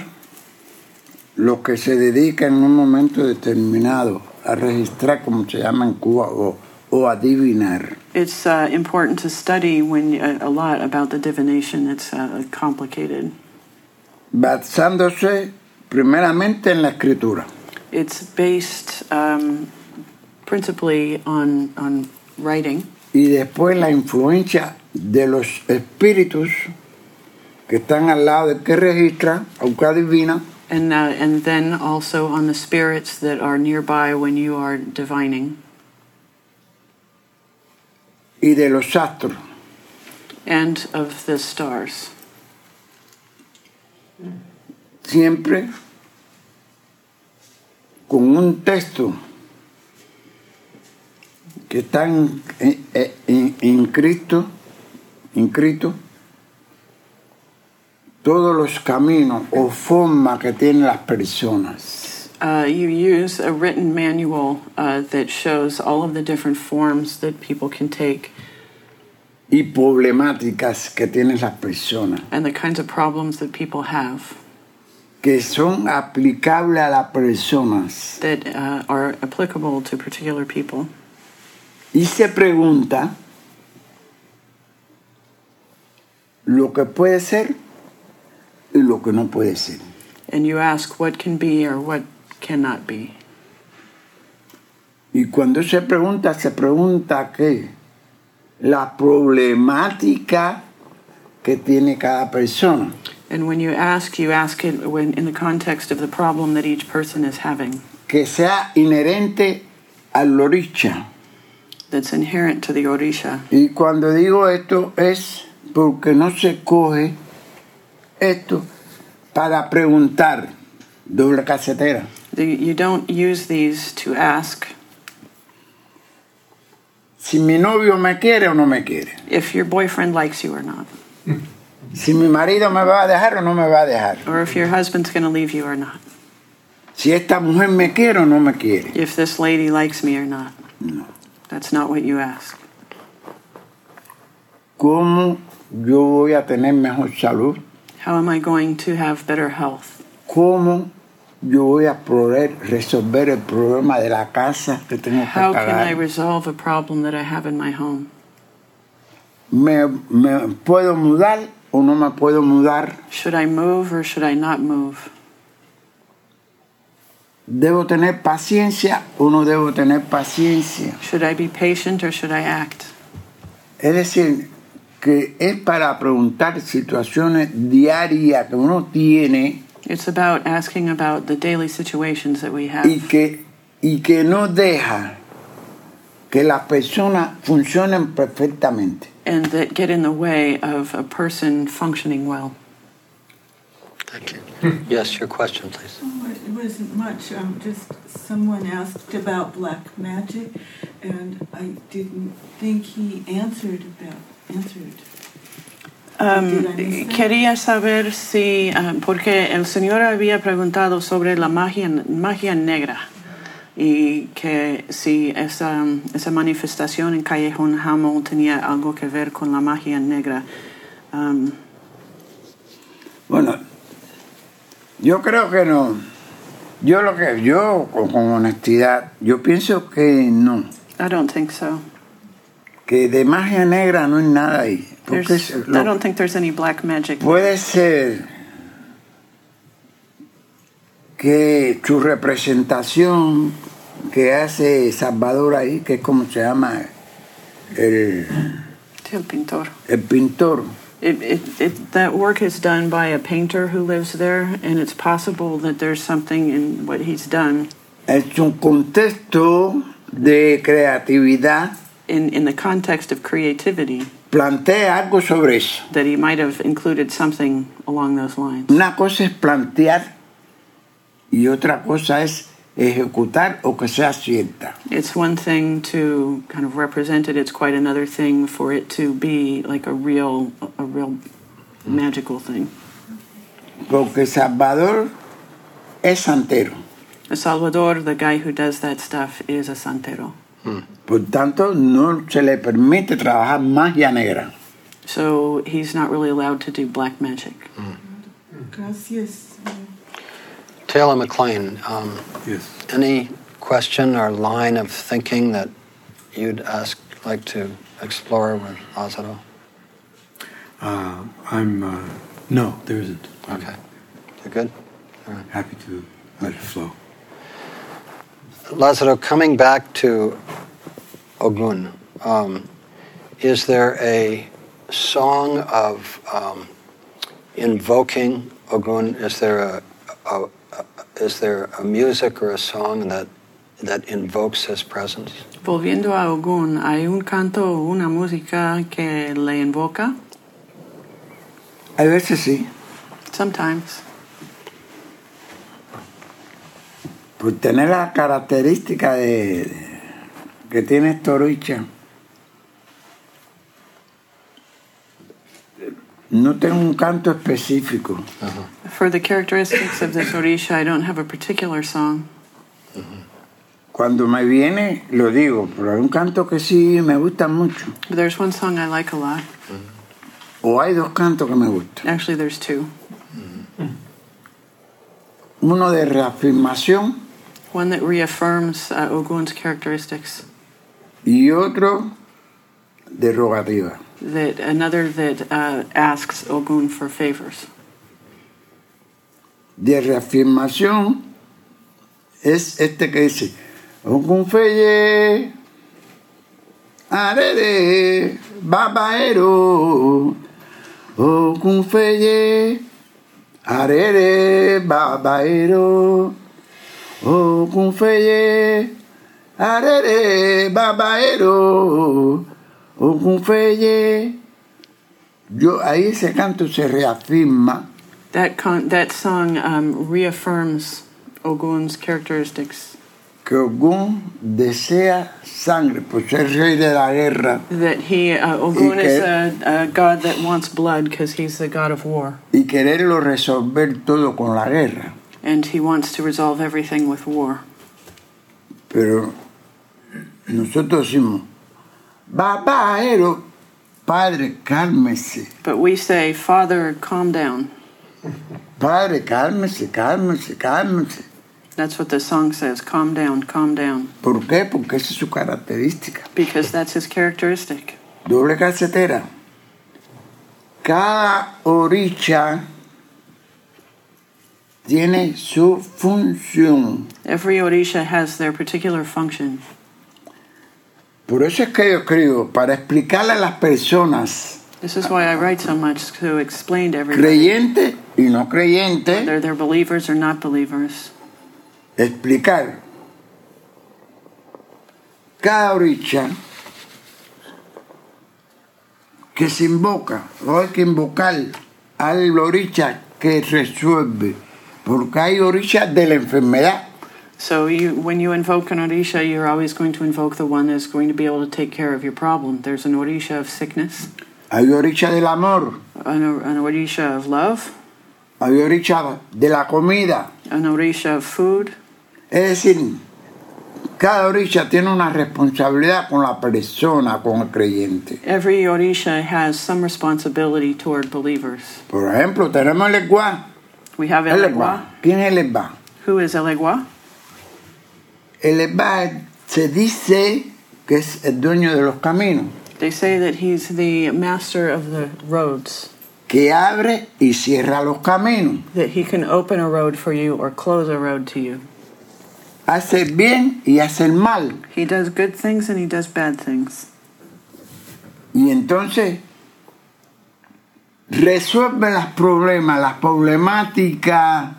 Speaker 3: los que se dedican en un momento determinado a registrar, como se llama en Cuba, o, o adivinar.
Speaker 2: It's uh, important to study when uh, a lot about the divination. It's uh, complicated.
Speaker 3: basándose primeramente en la escritura.
Speaker 2: It's based um, principally on on writing,
Speaker 3: y después la influencia de los espíritus que están al lado del que registra, aunque adivina,
Speaker 2: and uh, and then also on the spirits that are nearby when you are divining,
Speaker 3: y de los astros.
Speaker 2: and of the stars.
Speaker 3: Siempre con un texto que está en- en- en- inscrito, inscrito todos los caminos o formas que tienen las personas.
Speaker 2: Uh, you use a written manual uh, that shows all of the different forms that people can take
Speaker 3: y problemáticas que tienen las personas,
Speaker 2: and the kinds of problems that people have
Speaker 3: que son aplicables a las personas.
Speaker 2: that uh, are applicable to particular people.
Speaker 3: Y se pregunta lo que puede ser y lo que no puede ser.
Speaker 2: and you ask what can be or what cannot be.
Speaker 3: Y cuando se pregunta, se pregunta qué? La problemática que tiene cada persona.
Speaker 2: And when you ask, you ask it when, in the context of the problem that each person is having,
Speaker 3: que sea inherente al oricha.
Speaker 2: that's inherent to the Orisha.
Speaker 3: Y cuando digo esto es porque no se coge esto para preguntar, doble casetera,
Speaker 2: The, you don't use these to ask
Speaker 3: si mi novio me quiere o no me quiere,
Speaker 2: if your boyfriend likes you or not,
Speaker 3: si mi marido me va a dejar o no me va a dejar,
Speaker 2: or if your husband's going to leave you or not,
Speaker 3: si esta mujer me quiere o no me quiere.
Speaker 2: if this lady likes me or not.
Speaker 3: No.
Speaker 2: That's not what you ask.
Speaker 3: ¿Cómo yo voy a tener mejor salud?
Speaker 2: How am I going to have better health?
Speaker 3: ¿Cómo yo voy a poder resolver el problema de la casa que tengo que
Speaker 2: How can I
Speaker 3: pagar?
Speaker 2: resolve a problem that I have in my home?
Speaker 3: ¿Me, ¿Me puedo mudar o no me puedo mudar?
Speaker 2: Should I move or should I not move?
Speaker 3: ¿Debo tener paciencia o no debo tener paciencia?
Speaker 2: Should I be patient or should I act?
Speaker 3: Es decir, que es para preguntar situaciones diarias que uno tiene
Speaker 2: It's about asking about the daily situations that we
Speaker 3: y
Speaker 2: have
Speaker 3: que, y que no deja que las personas funcionen perfectamente.
Speaker 2: and that get in the way of a person functioning well.
Speaker 1: Thank you. Yes, your question, please.
Speaker 6: Oh, It wasn't much, um, just someone asked about black magic, and I didn't think he answered about, answered.
Speaker 2: Um,
Speaker 6: Did I miss that?
Speaker 2: quería saber si, ah, porque el señor había preguntado sobre la magia, magia negra y que si esa, esa manifestación en Callejón Hamel tenía algo que ver con la magia negra. Um,
Speaker 3: Bueno, yo creo que no. Yo lo que yo con, con honestidad, yo pienso que no,
Speaker 2: I don't think so.
Speaker 3: que de magia negra no hay nada ahí. Porque
Speaker 2: There's-
Speaker 3: es
Speaker 2: I
Speaker 3: lo-
Speaker 2: don't think there's any black magic.
Speaker 3: puede ser que su representación que hace Salvador ahí, que es como se llama el,
Speaker 2: Sí, el pintor.
Speaker 3: el pintor,
Speaker 2: It, it, it, that work is done by a painter who lives there, and it's possible that there's something in what he's done
Speaker 3: es un contexto de creatividad,
Speaker 2: in, in the context of creativity
Speaker 3: plantea algo sobre eso.
Speaker 2: that he might have included something along those lines.
Speaker 3: Una cosa es plantear y otra cosa es ejecutar o que sea cierta.
Speaker 2: It's one thing to kind of represent it; it's quite another thing for it to be like a real, a real magical thing.
Speaker 3: Porque Salvador es santero.
Speaker 2: Salvador, the guy who does that stuff, is a santero.
Speaker 3: Por tanto, no se le permite trabajar magia negra.
Speaker 2: So he's not really allowed to do black magic.
Speaker 6: Gracias.
Speaker 1: Taylor McLean, um,
Speaker 4: Yes.
Speaker 1: any question or line of thinking that you'd ask, like to explore with Lázaro?
Speaker 4: Uh, I'm, uh, no, there isn't. I'm
Speaker 1: Okay. You're good?
Speaker 4: happy to let it flow.
Speaker 1: Lázaro, coming back to Ogun, um, is there a song of um, invoking Ogun? Is there a, a, a is there a music or a song that that invokes his presence?
Speaker 2: Volviendo a Ogun, hay un canto o una música que le invoca.
Speaker 3: A veces sí.
Speaker 2: Sometimes,
Speaker 3: Por tener la característica de, que tiene Toruicha. No tengo un canto específico.
Speaker 2: for the characteristics of this orisha, I don't have a particular song.
Speaker 3: Cuando me viene, lo digo, pero hay un canto que sí me gusta mucho.
Speaker 2: But there's one song I like a lot.
Speaker 3: O hay dos cantos que me gustan.
Speaker 2: Actually, there's two.
Speaker 3: Uno de reafirmación
Speaker 2: One that reaffirms uh, Ogun's characteristics.
Speaker 3: y otro de rogativa.
Speaker 2: That another that uh, asks Ogun for favors.
Speaker 3: De reafirmación es este que dice, Ogunfeye, arere, babaero, Ogunfeye, arere, babaero, Ogunfeye, arere, babaero, Ogunfeye. Yo, ahí ese canto se reafirma.
Speaker 2: That, con- that song um, reaffirms Ogun's characteristics.
Speaker 3: que Ogún desea sangre por ser rey de la guerra
Speaker 2: That he, uh, Ogun
Speaker 3: Y
Speaker 2: is
Speaker 3: que-
Speaker 2: a, a god that wants blood because he's the god of war.
Speaker 3: y quererlo resolver todo con la guerra.
Speaker 2: and he wants to resolve everything with war.
Speaker 3: Pero nosotros decimos, babaero, padre, cálmese,
Speaker 2: But we say, Father, calm down.
Speaker 3: padre, cálmese, cálmese, cálmese.
Speaker 2: That's what the song says calm down, calm down.
Speaker 3: ¿Por qué? Porque esa es su característica.
Speaker 2: Because that's his characteristic.
Speaker 3: Doble casetera. Cada oricha tiene su función.
Speaker 2: Every Odisha has their particular function.
Speaker 3: Por eso es que yo escribo, para explicarle a las personas,
Speaker 2: This is why I write so much to explain to everybody.
Speaker 3: creyentes y no creyentes,
Speaker 2: Whether they're believers or not believers.
Speaker 3: explicar. Cada oricha que se invoca, o hay que invocar al oricha que resuelve, porque hay orillas de la enfermedad.
Speaker 2: So you, when you invoke an orisha, you're always going to invoke the one that's going to be able to take care of your problem. There's an orisha of sickness,
Speaker 3: Hay orillas del amor,
Speaker 2: an, an orisha of love,
Speaker 3: hay orillas de la comida.
Speaker 2: an orisha of food.
Speaker 3: Es decir, cada orilla tiene una responsabilidad con la persona, con el creyente.
Speaker 2: Every orisha has some responsibility toward believers.
Speaker 3: Por ejemplo, tenemos el Eguá.
Speaker 2: We have
Speaker 3: El
Speaker 2: Elegua.
Speaker 3: Eguá. ¿Quién es el Eguá?
Speaker 2: Who is Elegua?
Speaker 3: El Eguá se dice que es el dueño de los caminos,
Speaker 2: They say that he's the master of the roads,
Speaker 3: que abre y cierra los caminos,
Speaker 2: that he can open a road for you or close a road to you.
Speaker 3: hace el bien y hace el mal.
Speaker 2: He does good things and he does bad things.
Speaker 3: Y entonces resuelve los problemas, las problemáticas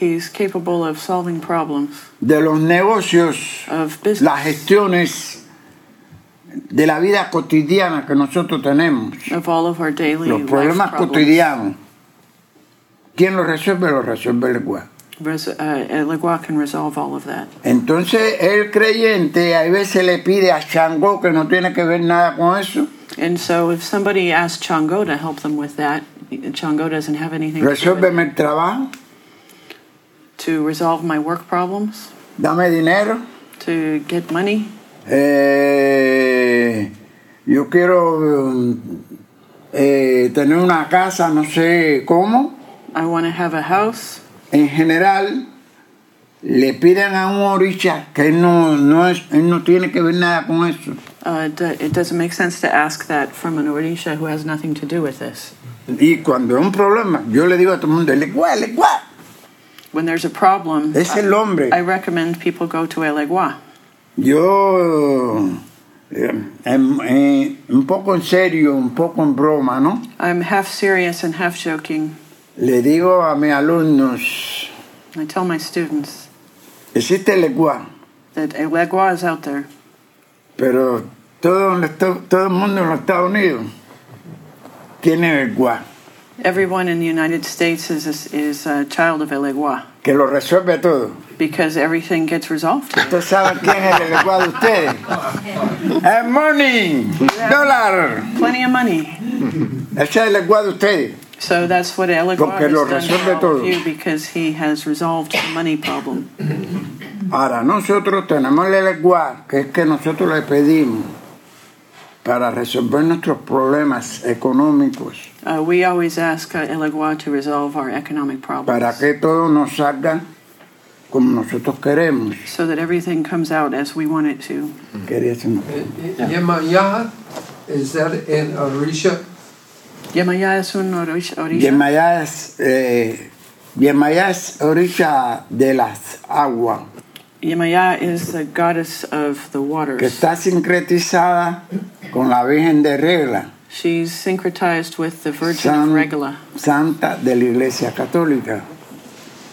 Speaker 2: He's capable of solving problems
Speaker 3: de los negocios,
Speaker 2: of business.
Speaker 3: las gestiones de la vida cotidiana que nosotros tenemos,
Speaker 2: of all of our daily
Speaker 3: los
Speaker 2: life
Speaker 3: problemas
Speaker 2: problems.
Speaker 3: cotidianos. ¿Quién los resuelve? Los resuelve el cuerpo.
Speaker 2: Res- uh, uh, Legua can resolve all of that.
Speaker 3: Entonces el creyente a veces le pide a Changó que no tiene que ver nada con eso,
Speaker 2: And so, if somebody asks Chango to help them with that, Chango doesn't have anything to, do with
Speaker 3: resuélveme
Speaker 2: it.
Speaker 3: el trabajo,
Speaker 2: to resolve my work problems,
Speaker 3: dame dinero,
Speaker 2: to get money.
Speaker 3: eh, yo quiero mm, eh, tener una casa, no sé cómo.
Speaker 2: I want to have a house.
Speaker 3: En general le piden a un oricha que él no, no, es, él no tiene que ver nada con eso.
Speaker 2: Uh, it do- it doesn't make sense to ask that from an Orisha who has nothing to do with this.
Speaker 3: Y cuando es un problema, yo le digo a todo el mundo, le cual, le cual.
Speaker 2: When there's a problem,
Speaker 3: Es
Speaker 2: I,
Speaker 3: el hombre.
Speaker 2: I recommend people go to Elegua.
Speaker 3: Yo, eh, em, eh, un poco en serio, un poco en broma, ¿no?
Speaker 2: I'm half serious and half joking.
Speaker 3: Le digo a mis alumnos,
Speaker 2: I tell my students
Speaker 3: existe el EGUA,
Speaker 2: that Elegua is out there.
Speaker 3: pero todo, el esto- todo el mundo en los Estados Unidos tiene el EGUA,
Speaker 2: Everyone in the United States is is, a child of Elegua
Speaker 3: que lo resuelve todo.
Speaker 2: because everything gets resolved.
Speaker 3: ¿Ustedes saben quién es el EGUA de ustedes? El money, dólar.
Speaker 2: Plenty of money.
Speaker 3: Ese es el EGUA de ustedes.
Speaker 2: So that's what Elegua
Speaker 3: Porque lo
Speaker 2: has done
Speaker 3: resuelve
Speaker 2: for all of
Speaker 3: todo.
Speaker 2: you because he has resolved the money problem.
Speaker 3: Ahora, nosotros tenemos el EGUA, que es que nosotros le pedimos para resolver nuestros problemas económicos,
Speaker 2: Uh, we always ask uh, Elegua to resolve our economic
Speaker 3: para
Speaker 2: problems
Speaker 3: que todo nos salga como nosotros queremos.
Speaker 2: so that everything comes out as we want it to.
Speaker 3: Quería hacer una-
Speaker 5: Yemaya, is that in Orisha?
Speaker 2: Yemaya es un orish- orisha.
Speaker 3: Yemayá es, eh, Yemayá es orilla de las aguas,
Speaker 2: Yemaya is the goddess of the
Speaker 3: que
Speaker 2: waters.
Speaker 3: está sincretizada con la Virgen de Regla,
Speaker 2: She's syncretized with the Virgin of
Speaker 3: San-
Speaker 2: Regla.
Speaker 3: santa de la Iglesia Católica,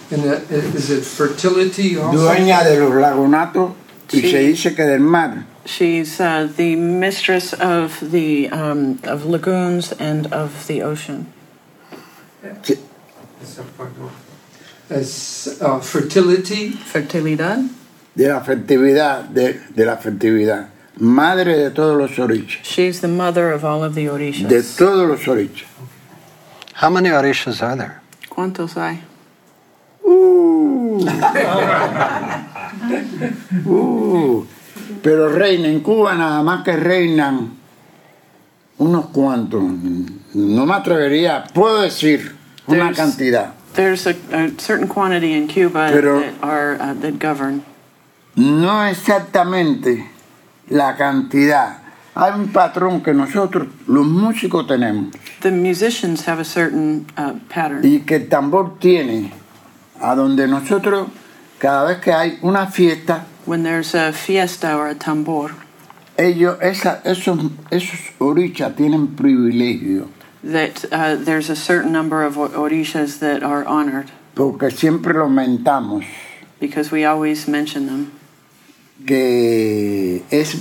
Speaker 5: And that, is it fertility also?
Speaker 3: dueña de los lagunatos y
Speaker 2: Sí.
Speaker 3: se dice que del mar.
Speaker 2: She's uh, the mistress of the um, of lagoons and of the ocean.
Speaker 5: As uh,
Speaker 2: Hmm.
Speaker 5: fertility,
Speaker 2: Fertilidad.
Speaker 3: de la festividad, de, de la festividad, madre de todos los orichas,
Speaker 2: She's the mother of all of the orishas.
Speaker 3: de todos los orichas.
Speaker 1: How many orishas are there?
Speaker 2: Cuántos hay?
Speaker 3: Uh. Uh. Pero reina, en Cuba nada más que reinan unos cuantos, no me atrevería, puedo decir una
Speaker 2: There's-
Speaker 3: cantidad,
Speaker 2: There's a, a certain quantity in Cuba
Speaker 3: Pero-
Speaker 2: that are uh, that govern.
Speaker 3: no exactamente la cantidad. Hay un patrón que nosotros, los músicos, tenemos.
Speaker 2: The musicians have a certain uh, pattern,
Speaker 3: y que el tambor tiene a donde nosotros cada vez que hay una fiesta
Speaker 2: when there's a fiesta or a tambor,
Speaker 3: ellos esa- esos esos orichas tienen privilegio
Speaker 2: that uh, there's a certain number of o- orishas that are honored
Speaker 3: porque siempre lo mentamos
Speaker 2: because we always mention them.
Speaker 3: que es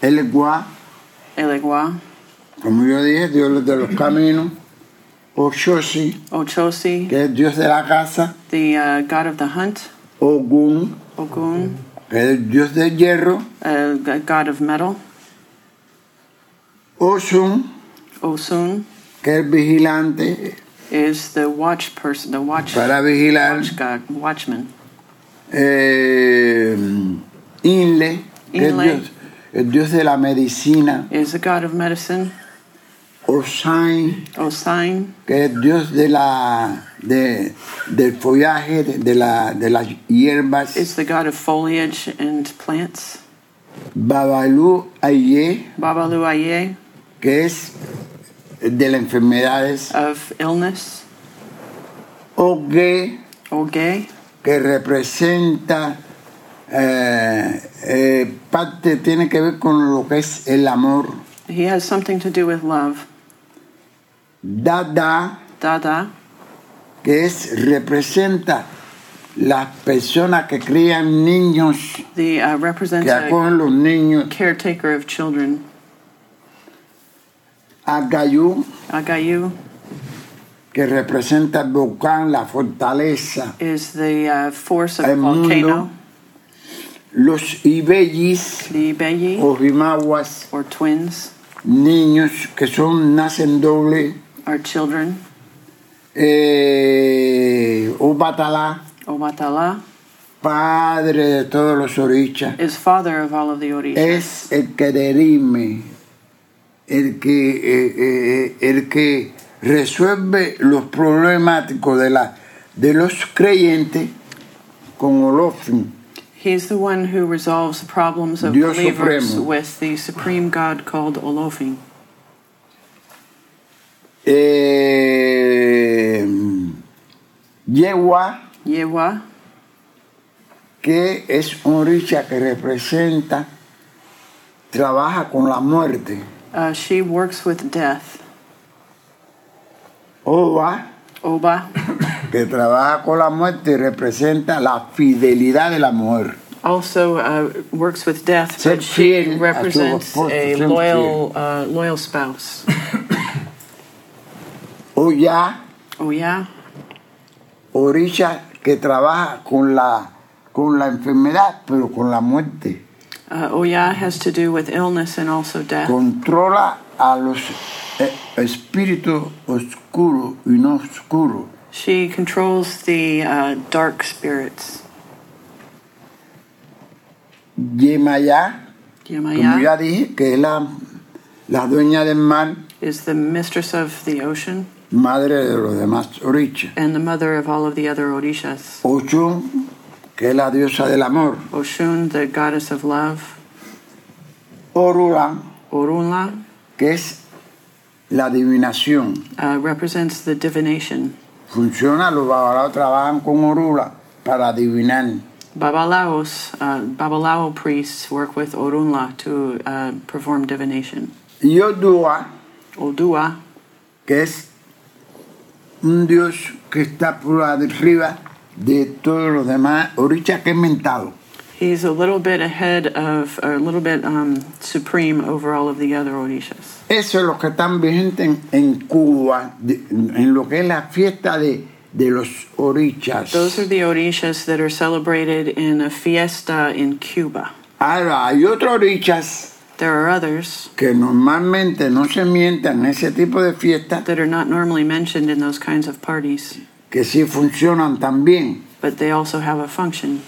Speaker 3: el guá
Speaker 2: Elegua,
Speaker 3: como yo dije Dios de los caminos Oxosi,
Speaker 2: Ochosi,
Speaker 3: que es dios de la caza,
Speaker 2: the uh, god of the hunt,
Speaker 3: Ogun,
Speaker 2: Ogun,
Speaker 3: que es el dios del hierro,
Speaker 2: uh, g- god of metal,
Speaker 3: Osun,
Speaker 2: Osun
Speaker 3: que es vigilante
Speaker 2: is the watch person, the watch,
Speaker 3: para vigilar,
Speaker 2: watch god, watchman,
Speaker 3: eh, Inle, que es
Speaker 2: Inle.
Speaker 3: dios, el dios de la medicina,
Speaker 2: is the god of medicine,
Speaker 3: Osain,
Speaker 2: Osain
Speaker 3: que es dios de la, de, del follaje, de, de la, de las hierbas,
Speaker 2: is the god of foliage and plants,
Speaker 3: Babalú Aye,
Speaker 2: Babaluaye
Speaker 3: que es de las enfermedades,
Speaker 2: of illness,
Speaker 3: Oge,
Speaker 2: Oge
Speaker 3: que representa eh, eh, parte tiene que ver con lo que es el amor.
Speaker 2: He has something to do with love.
Speaker 3: Dada,
Speaker 2: Dada
Speaker 3: que es representa las personas que crían niños,
Speaker 2: the uh, represents
Speaker 3: que
Speaker 2: a
Speaker 3: acogen los niños.
Speaker 2: caretaker of children.
Speaker 3: Agayú,
Speaker 2: Agayu
Speaker 3: que representa el volcán, la fortaleza.
Speaker 2: is the uh, force of the
Speaker 3: El mundo.
Speaker 2: volcano.
Speaker 3: Los ibellis
Speaker 2: The Beyi
Speaker 3: o jimaguas,
Speaker 2: or twins
Speaker 3: niños que son, nacen doble.
Speaker 2: are children.
Speaker 3: Eh, Ubatalá,
Speaker 2: Obatala
Speaker 3: padre de todos los orichas.
Speaker 2: is father of all of the Orishas.
Speaker 3: es el que derime, el que, eh, eh, eh, el que resuelve los problemáticos de, la, de los creyentes con Olofin.
Speaker 2: He's the one who resolves the problems of
Speaker 3: Dios
Speaker 2: believers
Speaker 3: Supremo.
Speaker 2: with the supreme god called Olofin.
Speaker 3: Eh, yegua,
Speaker 2: Yewa
Speaker 3: que es un richa que representa, trabaja con la muerte.
Speaker 2: uh, she works with death.
Speaker 3: Oba,
Speaker 2: Oba
Speaker 3: que trabaja con la muerte y representa la fidelidad de la mujer.
Speaker 2: also uh, works with death,
Speaker 3: Ser
Speaker 2: but she
Speaker 3: fiel a tu
Speaker 2: represents
Speaker 3: esposo,
Speaker 2: a
Speaker 3: ser
Speaker 2: loyal, uh, loyal spouse.
Speaker 3: Oya,
Speaker 2: Oh yeah,
Speaker 3: Orisha que trabaja con la, con la enfermedad, pero con la muerte.
Speaker 2: uh, oh yeah has to do with illness and also death.
Speaker 3: Controla a los eh, espíritus oscuros y no oscuros.
Speaker 2: She controls the uh, dark spirits.
Speaker 3: Yemaya, como
Speaker 2: Yamaya
Speaker 3: ya dije, que es la, la dueña del mar,
Speaker 2: is the mistress of the ocean
Speaker 3: madre de los demás Orisha.
Speaker 2: and the mother of all of the other Orishas.
Speaker 3: Ochun, que es la diosa del amor.
Speaker 2: Oshun, the goddess of love.
Speaker 3: Orulan,
Speaker 2: Orunla
Speaker 3: que es la adivinación.
Speaker 2: uh, represents the divination.
Speaker 3: Funciona, los babalaos trabajan con Orula para adivinar.
Speaker 2: Babalaos, uh, Babalao priests work with Orunla to uh, perform divination.
Speaker 3: Y Odua,
Speaker 2: Odua
Speaker 3: que es un dios que está por arriba de todos los demás orichas que es mentado.
Speaker 2: He's a little bit ahead of, or a little bit um, supreme over all of the other Orishas.
Speaker 3: Eso es lo que están vigentes en, en Cuba, de- en lo que es la fiesta de, de los orichas.
Speaker 2: Those are the Orishas that are celebrated in a fiesta in Cuba.
Speaker 3: Ahora, hay otros orichas
Speaker 2: There are others
Speaker 3: que normalmente no se mientan en ese tipo de fiestas,
Speaker 2: that are not normally mentioned in those kinds of parties,
Speaker 3: que sí funcionan también,
Speaker 2: but they also have a function.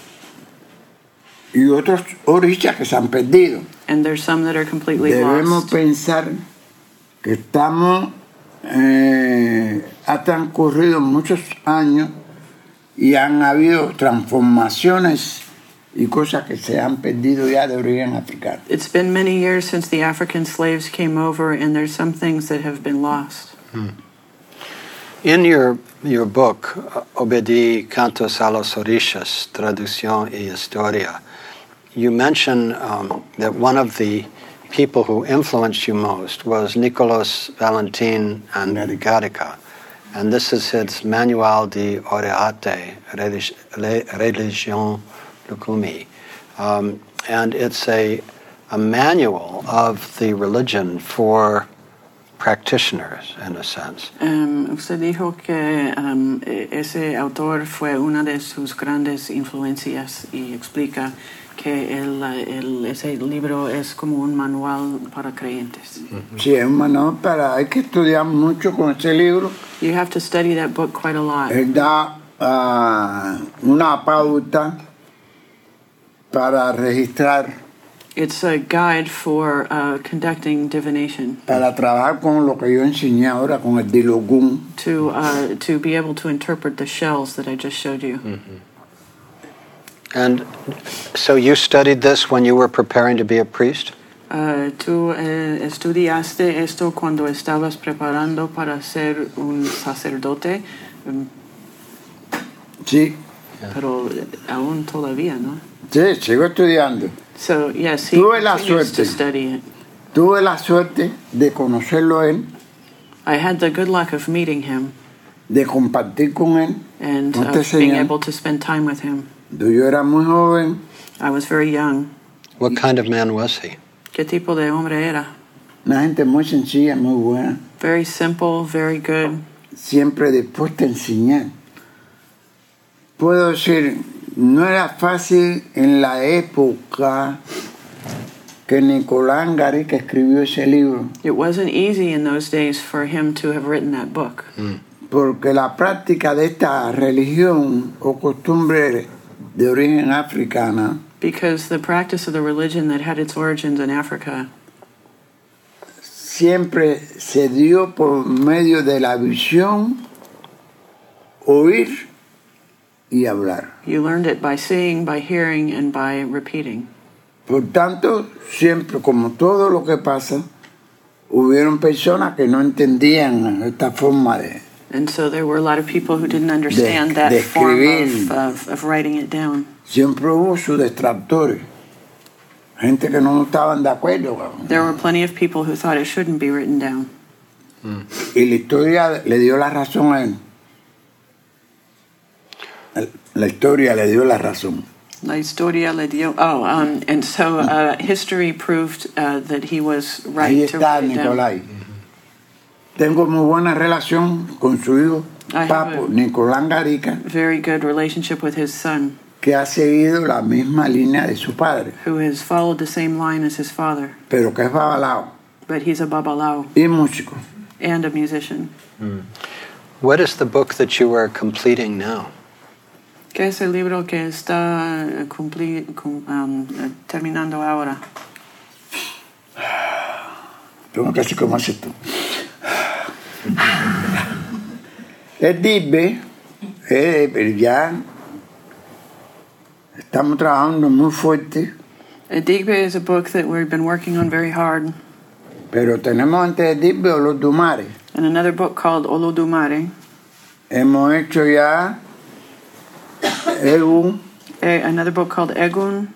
Speaker 3: y otros orichas que se han perdido.
Speaker 2: And there's some that are completely
Speaker 3: Debemos
Speaker 2: lost.
Speaker 3: pensar que estamos, eh, ha transcurrido muchos años y han habido transformaciones y cosas que se han perdido ya de origen africano.
Speaker 2: It's been many years since the African slaves came over, and there's some things that have been lost.
Speaker 1: In your, your book, Obedi Cantos a los Orishas, Traducción y Historia, you mention um, that one of the people who influenced you most was Nicolas Valentin Angarica. And this is his Manual de Oreate, Religi- Le- Religion Lukumi. Um, and it's a, a manual of the religion for practitioners, in a sense.
Speaker 2: Em, Um, usted dijo que em, e- ese autor fue una de sus grandes influencias y explica que el, eh, el- ese libro es como un manual para creyentes.
Speaker 3: Sí, es un manual para. Hay que estudiar mucho con ese libro.
Speaker 2: You have to study that book quite a lot.
Speaker 3: Él da ah, una pauta para registrar,
Speaker 2: It's a guide for uh, conducting divination
Speaker 3: para trabajar con lo que yo enseñé ahora con el Dilogún.
Speaker 2: to uh, to be able to interpret the shells that I just showed you.
Speaker 1: And so you studied this when you were preparing to be a priest?
Speaker 2: Uh, tú eh, estudiaste esto cuando estabas preparando para ser un sacerdote, mm,
Speaker 3: Sí,
Speaker 2: pero eh, aún todavía, ¿no?
Speaker 3: sí, sigo estudiando.
Speaker 2: So yes, he
Speaker 3: Tuve la
Speaker 2: continues to
Speaker 3: suerte.
Speaker 2: study it.
Speaker 3: Tuve la suerte de conocerlo a él,
Speaker 2: I had the good luck of meeting him
Speaker 3: de compartir con él.
Speaker 2: and
Speaker 3: No
Speaker 2: of
Speaker 3: te
Speaker 2: being
Speaker 3: enseñan.
Speaker 2: able to spend time with him.
Speaker 3: Yo era muy joven,
Speaker 2: I was very young.
Speaker 1: What kind of man was he?
Speaker 2: ¿Qué tipo de hombre era?
Speaker 3: una gente muy sencilla, muy buena,
Speaker 2: Very simple, very good.
Speaker 3: siempre dispuesta a enseñar. Puedo decir, no era fácil en la época que Nicolás Gareca escribió ese libro,
Speaker 2: It wasn't easy in those days for him to have written that book
Speaker 3: porque la práctica de esta religión o costumbre de origen africana
Speaker 2: because the practice of the religion that had its origins in Africa
Speaker 3: siempre se dio por medio de la visión, oír y hablar.
Speaker 2: You learned it by seeing, by hearing, and by repeating.
Speaker 3: Por tanto, siempre, como todo lo que pasa, hubieron personas que no entendían esta forma de...
Speaker 2: And so there were a lot of people who didn't understand that
Speaker 3: de
Speaker 2: form
Speaker 3: escribir.
Speaker 2: of, of, of writing it down.
Speaker 3: Siempre hubo sus detractores, gente que no estaban de acuerdo. cabrón.
Speaker 2: There were plenty of people who thought it shouldn't be written down.
Speaker 3: Y la historia le dio la razón a él. La historia le dio la razón.
Speaker 2: La historia le dio. Oh, um, and so uh, history proved uh, that he was right
Speaker 3: Ahí
Speaker 2: to
Speaker 3: está
Speaker 2: write it down.
Speaker 3: Nicolai. Mm-hmm. Tengo muy buena relación con su hijo,
Speaker 2: Ay, pues.
Speaker 3: Papo
Speaker 2: joder.
Speaker 3: Nicolás Garica,
Speaker 2: Very good relationship with his son,
Speaker 3: que ha seguido la misma línea de su padre,
Speaker 2: who has followed the same line as his father,
Speaker 3: pero que es babalao
Speaker 2: but he's a babalao
Speaker 3: y músico.
Speaker 2: and a musician.
Speaker 1: What is the book that you are completing now?
Speaker 2: ¿Qué es el libro que está eh, cumpli- cum- um, eh, terminando ahora?
Speaker 3: Tengo que hacer como haces tú. Él dice, eh, pero ya estamos trabajando muy fuerte,
Speaker 2: Adigbe is a book that we've been working on very hard,
Speaker 3: pero tenemos antes de Disbe o los Dumares.
Speaker 2: and another book called Olodumare.
Speaker 3: Hemos hecho ya EU,
Speaker 2: Eh, Another book called Egun,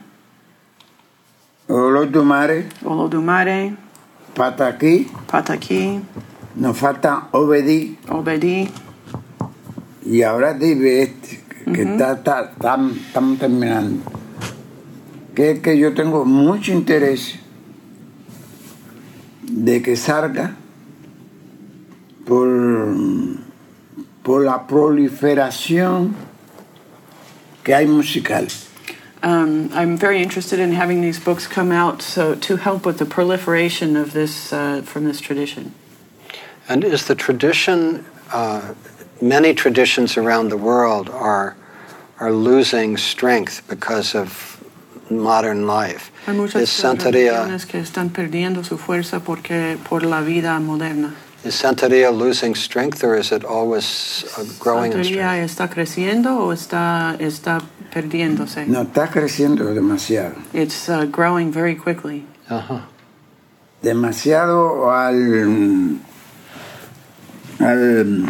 Speaker 3: o los Dumares,
Speaker 2: Olodumare,
Speaker 3: Pataquí,
Speaker 2: Pataki,
Speaker 3: nos falta Obedí
Speaker 2: Obedi,
Speaker 3: y ahora Disbe este, que está, está- está- estamos terminando. Que es que yo tengo mucho interés de que salga por, por la proliferación que hay musical.
Speaker 2: Um, I'm very interested in having these books come out so to help with the proliferation of this uh, from this tradition.
Speaker 1: And is the tradition, uh, many traditions around the world are, are losing strength because of modern life.
Speaker 2: Hay
Speaker 1: Is
Speaker 2: muchas
Speaker 1: Santeria,
Speaker 2: religiones que están perdiendo su fuerza porque por la vida moderna.
Speaker 1: is Santeria losing strength or is it always uh, growing in strength?
Speaker 2: ¿Santería está creciendo o está está perdiéndose?
Speaker 3: No está creciendo demasiado.
Speaker 2: It's uh, growing very quickly.
Speaker 1: Uh-huh.
Speaker 3: demasiado al al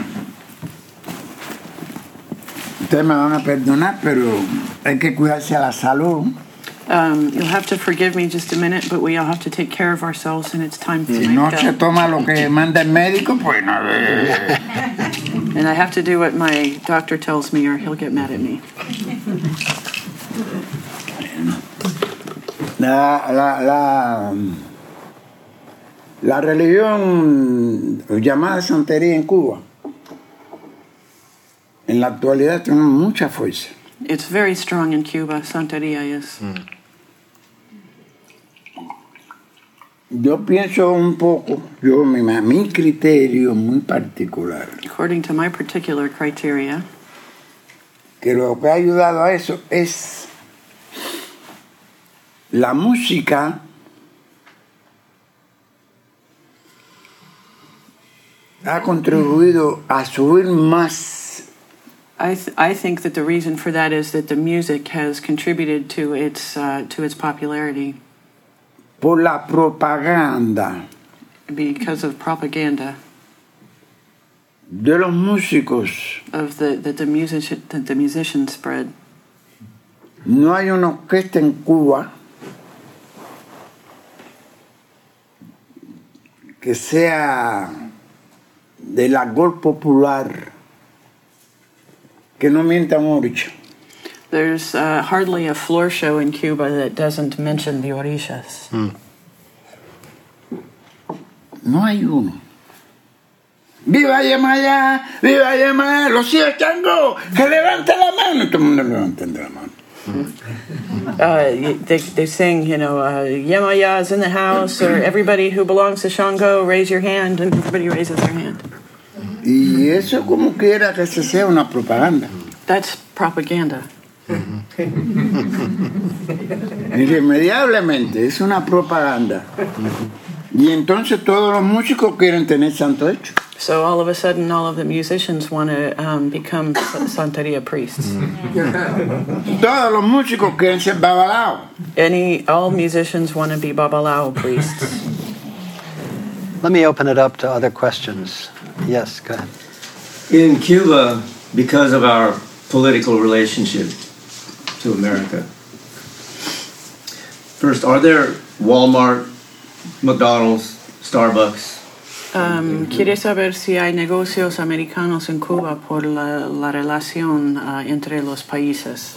Speaker 3: ustedes me van a perdonar pero hay que cuidarse a la salud
Speaker 2: Um, you'll have to forgive me just a minute, but we all have to take care of ourselves, and it's time for
Speaker 3: si
Speaker 2: my
Speaker 3: no
Speaker 2: pill.
Speaker 3: se toma lo que manda el médico pues no
Speaker 2: And I have to do what my doctor tells me, or he'll get mad at me.
Speaker 3: la la la La religión llamada santería en Cuba, en la actualidad tiene mucha fuerza.
Speaker 2: It's very strong in Cuba, Santeria is.
Speaker 3: Yo pienso un poco, yo mi, mi criterio muy particular,
Speaker 2: According to my particular criteria,
Speaker 3: que lo que ha ayudado a eso es la música ha contribuido a subir más
Speaker 2: I, th- I think that the reason for that is that the music has contributed to its, uh, to its popularity
Speaker 3: por la propaganda
Speaker 2: because of propaganda
Speaker 3: de los músicos.
Speaker 2: of the, that, the music- that the musicians spread.
Speaker 3: No hay una orquesta en Cuba que sea del argol popular que no mienta mucho.
Speaker 2: There's uh, hardly a floor show in Cuba that doesn't mention the orishas.
Speaker 3: No hay uno. ¡Viva Yemaya! ¡Viva Yemaya! ¡Los hijos chango! ¡Que levante la mano! Todo el mundo levantando la mano.
Speaker 2: Uh, y- they, they sing, you know, uh, Yemaya is in the house, or everybody who belongs to Shango, raise your hand, and everybody raises their hand.
Speaker 3: Y eso como quiera que se sea una propaganda.
Speaker 2: That's propaganda.
Speaker 3: Irremediablemente, es una propaganda. Y entonces todos los músicos quieren tener santo hecho.
Speaker 2: So all of a sudden, all of the musicians want to um, become s- Santeria priests.
Speaker 3: Todos los músicos quieren ser babalaos.
Speaker 2: Any, all musicians want to be Babalao priests.
Speaker 1: Let me open it up to other questions. Yes, go ahead.
Speaker 7: in Cuba because of our political relationship to America. First, are there Walmart, McDonald's, Starbucks?
Speaker 2: Um, quiere saber si hay negocios americanos en Cuba por la, la relación uh, entre los países.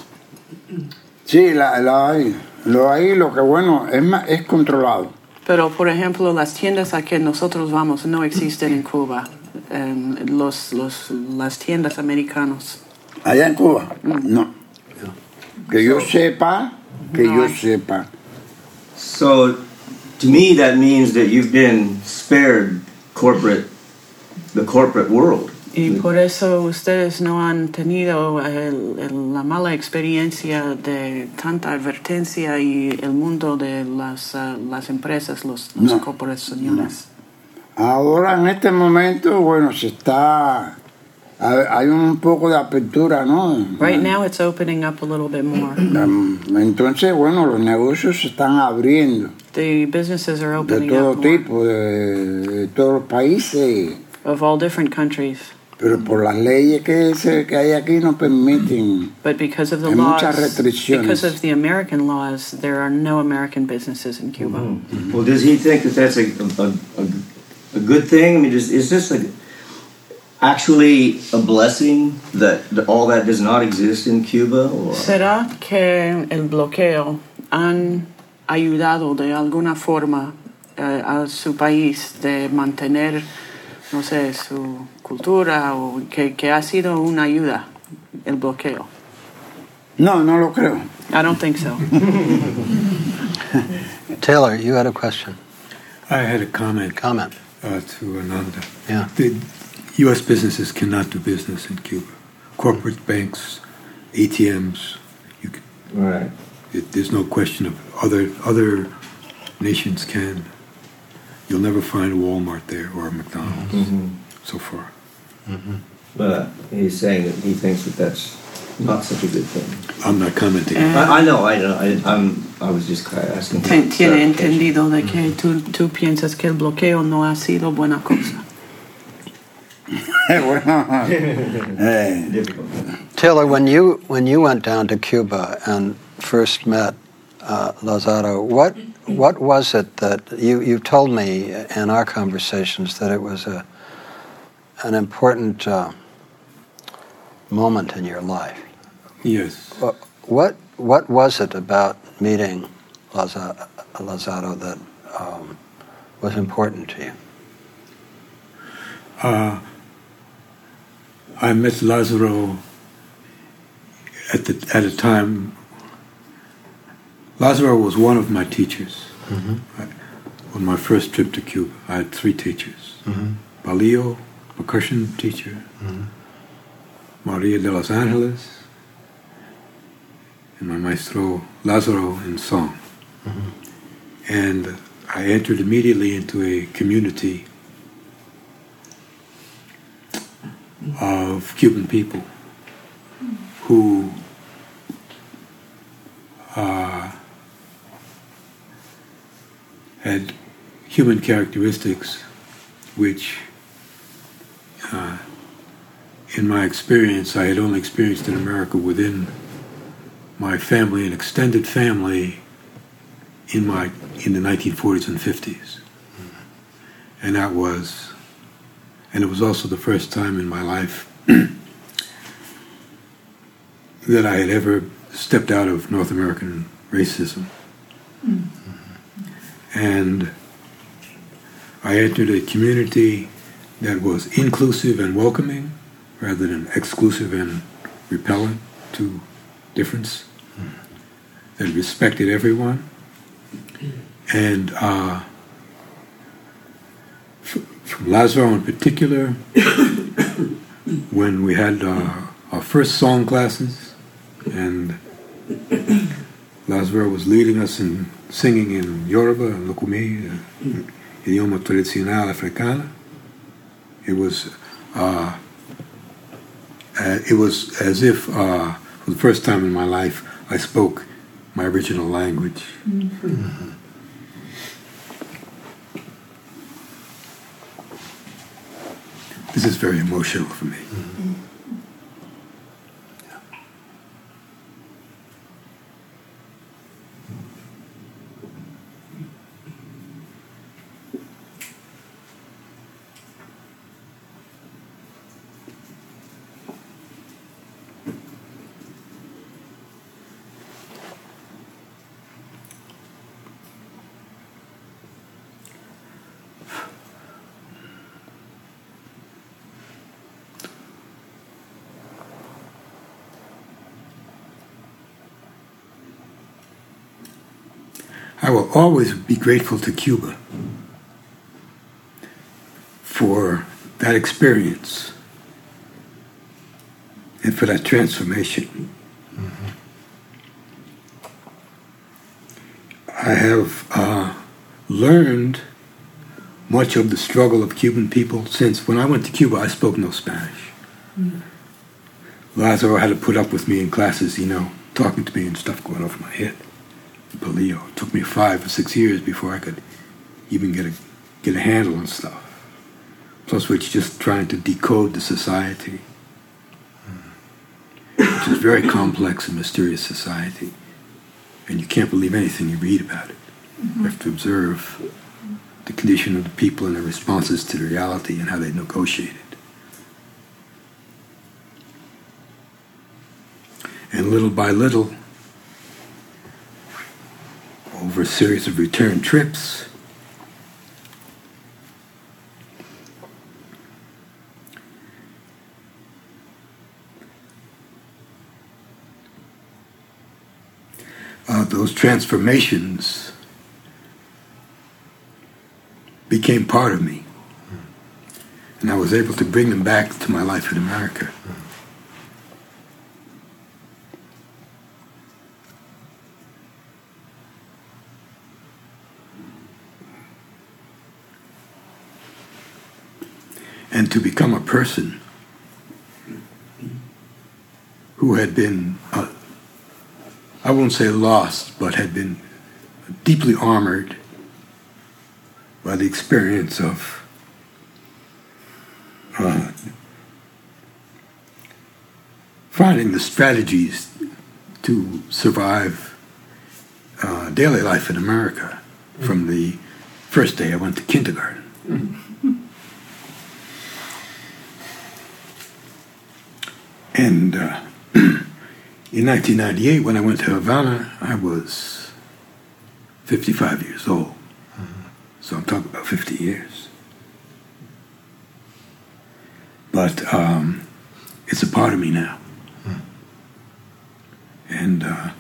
Speaker 3: Sí, la, la hay. Lo hay, lo que bueno, es, ma- es controlado.
Speaker 2: Pero, por ejemplo, las tiendas a que nosotros vamos no existen en Cuba. Em, los, los, las tiendas americanas.
Speaker 3: Allá en Cuba, no. Que yo sepa, que yo sepa.
Speaker 7: So, to me, that means that you've been spared corporate, the corporate world.
Speaker 2: Y por eso ustedes no han tenido el- el- la mala experiencia de tanta advertencia y el mundo de las, ah, las empresas, los, las
Speaker 3: No.
Speaker 2: corporaciones.
Speaker 3: Ahora en este momento, bueno, se está... Hay un poco de apertura, ¿no?
Speaker 2: Right now it's opening up a little bit more.
Speaker 3: Um, Entonces, bueno, los negocios se están abriendo
Speaker 2: The businesses are
Speaker 3: de
Speaker 2: opening
Speaker 3: todo
Speaker 2: up more,
Speaker 3: tipo, de, de todos los países,
Speaker 2: of all different countries.
Speaker 3: pero por las leyes que, se- que hay aquí no permiten.
Speaker 2: But because of the
Speaker 3: Hay
Speaker 2: laws,
Speaker 3: muchas restricciones.
Speaker 2: because of the American laws, there are no American businesses in Cuba.
Speaker 3: Mm-hmm.
Speaker 7: Well, does he think that that's a, a, a, a good thing? I mean, is, is this a, actually a blessing that, that all that does not exist in Cuba? Or?
Speaker 2: ¿Será que el bloqueo han ayudado de alguna forma eh, a su país de mantener, no sé, su cultura o que, que ha sido una ayuda el bloqueo?
Speaker 3: No, no lo creo.
Speaker 2: I don't think so.
Speaker 1: Taylor, you had a question,
Speaker 4: I had a comment
Speaker 1: comment.
Speaker 4: uh, to Ananda.
Speaker 1: Yeah.
Speaker 4: The U.S. businesses cannot do business in Cuba. Corporate banks, ATMs. You can,
Speaker 5: Right.
Speaker 4: it, there's no question of other other nations can. You'll never find a Walmart there or a McDonald's
Speaker 7: Mm-hmm.
Speaker 4: so far.
Speaker 7: But he's saying that he thinks that that's not such a good thing.
Speaker 4: I'm not commenting.
Speaker 7: I, I know, I know. I, I'm, I was just kind of asking. for
Speaker 2: Te- Tiene
Speaker 7: clarification.
Speaker 2: entendido de que tú, tú piensas que el bloqueo no ha sido buena cosa.
Speaker 3: Bueno, eh,
Speaker 7: Difficult.
Speaker 1: Taylor, when you when you went down to Cuba and first met uh, Lozado, what what was it that you you told me in our conversations that it was a an important uh, moment in your life?
Speaker 4: Yes.
Speaker 1: Wha- What what was it about meeting Loza- Lozado that um, was important to you?
Speaker 4: Uh, I met Lazaro at the at a time. Lazaro was one of my teachers. I- on my first trip to Cuba, I had three teachers: Balio, percussion teacher; Maria de los Angeles, and my maestro Lazaro in song. And I entered immediately into a community of Cuban people who uh, had human characteristics which, uh, in my experience, I had only experienced in America within my family and extended family in my in the 1940s and 50s, and that was, and it was also the first time in my life that I had ever stepped out of North American racism. And I entered a community that was inclusive and welcoming rather than exclusive and repellent to difference, that respected everyone. And uh, f- from Lazaro in particular, when we had uh, our first song classes, and Lazaro was leading us in singing in Yoruba and Lukumi, uh, idioma tradicional africana. It was, uh, uh, it was as if uh, for the first time in my life I spoke my original language. This is very emotional for me. I will always be grateful to Cuba for that experience and for that transformation. Mm-hmm. I have uh, learned much of the struggle of Cuban people since when I went to Cuba, I spoke no Spanish. Lazaro had to put up with me in classes, you know, talking to me and stuff going over my head. Paleo. It took me five or six years before I could even get a get a handle on stuff. Plus, we're just trying to decode the society, which is a very complex and mysterious society, and you can't believe anything you read about it. You have to observe the condition of the people and their responses to the reality and how they negotiate it. And little by little, over a series of return trips. Uh, those transformations became part of me, and I was able to bring them back to my life in America. and to become a person who had been, uh, I won't say lost, but had been deeply armored by the experience of uh, finding the strategies to survive uh, daily life in America from the first day I went to kindergarten. And uh, in 1998, when I went to Havana, I was 55 years old. So I'm talking about 50 years. But um, it's a part of me now. And uh,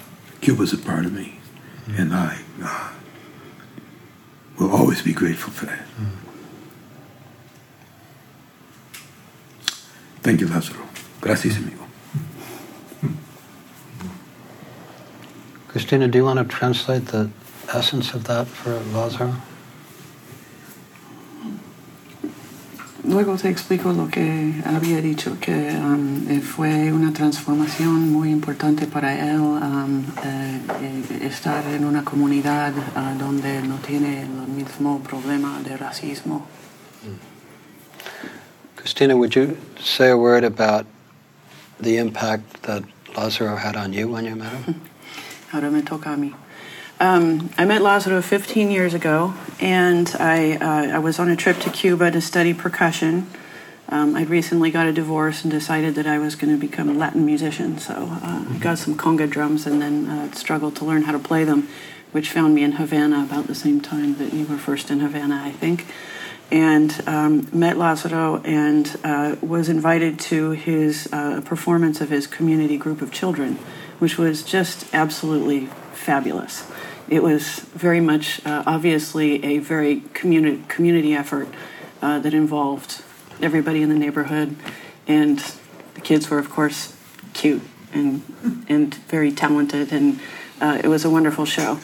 Speaker 4: Cuba's a part of me. And I uh, will always be grateful for that. Thank you, Lázaro. Gracias, amigo.
Speaker 1: Christina, do you want to translate the essence of that for Lazar?
Speaker 2: Luego te explico lo que había dicho, que um, eh, fue una transformación muy importante para él um, eh, eh, estar en una comunidad ah, donde no tiene el mismo problema de racismo.
Speaker 1: Christina, would you say a word about the impact that Lazaro had on you when you met him?
Speaker 2: Ahora me toca a mí. Um, I met Lazaro 15 years ago, and I, uh, I was on a trip to Cuba to study percussion. Um, I'd recently got a divorce and decided that I was going to become a Latin musician, so uh, I got some conga drums and then uh, struggled to learn how to play them, which found me in Havana about the same time that you were first in Havana, I think. And um, met Lazaro and uh, was invited to his uh, performance of his community group of children, which was just absolutely fabulous. It was very much uh, obviously a very communi- community effort uh, that involved everybody in the neighborhood, and the kids were, of course, cute and and very talented, and uh, it was a wonderful show.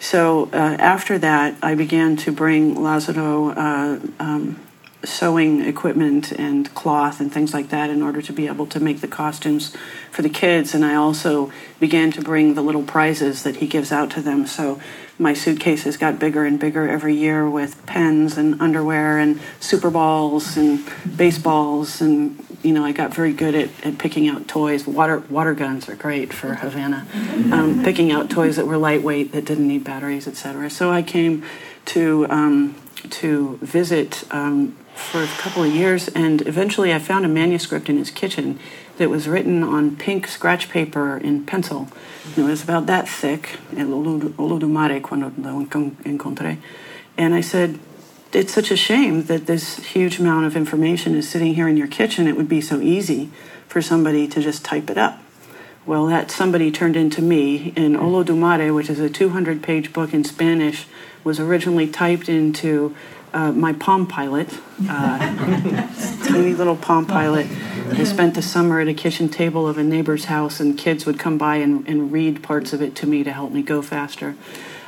Speaker 2: So uh, after that, I began to bring Lazaro uh, um, sewing equipment and cloth and things like that in order to be able to make the costumes for the kids. And I also began to bring the little prizes that he gives out to them. So my suitcases got bigger and bigger every year with pens and underwear and super balls and baseballs and you know I got very good at, at picking out toys. Water water guns are great for Havana. Um, picking out toys that were lightweight that didn't need batteries, etc. So I came to um, to visit um, for a couple of years, and eventually I found a manuscript in his kitchen that was written on pink scratch paper in pencil. And it was about that thick, el olor olor do mare cuando lo encon- encontré. And I said, it's such a shame that this huge amount of information is sitting here in your kitchen. It would be so easy for somebody to just type it up. Well, that somebody turned into me, and Olo Dumare, which is a 200 page book in Spanish, was originally typed into uh, my Palm Pilot, uh, tiny little Palm Pilot. I spent the summer at a kitchen table of a neighbor's house, and kids would come by and, and read parts of it to me to help me go faster.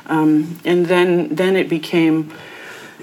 Speaker 2: Um, and then, then it became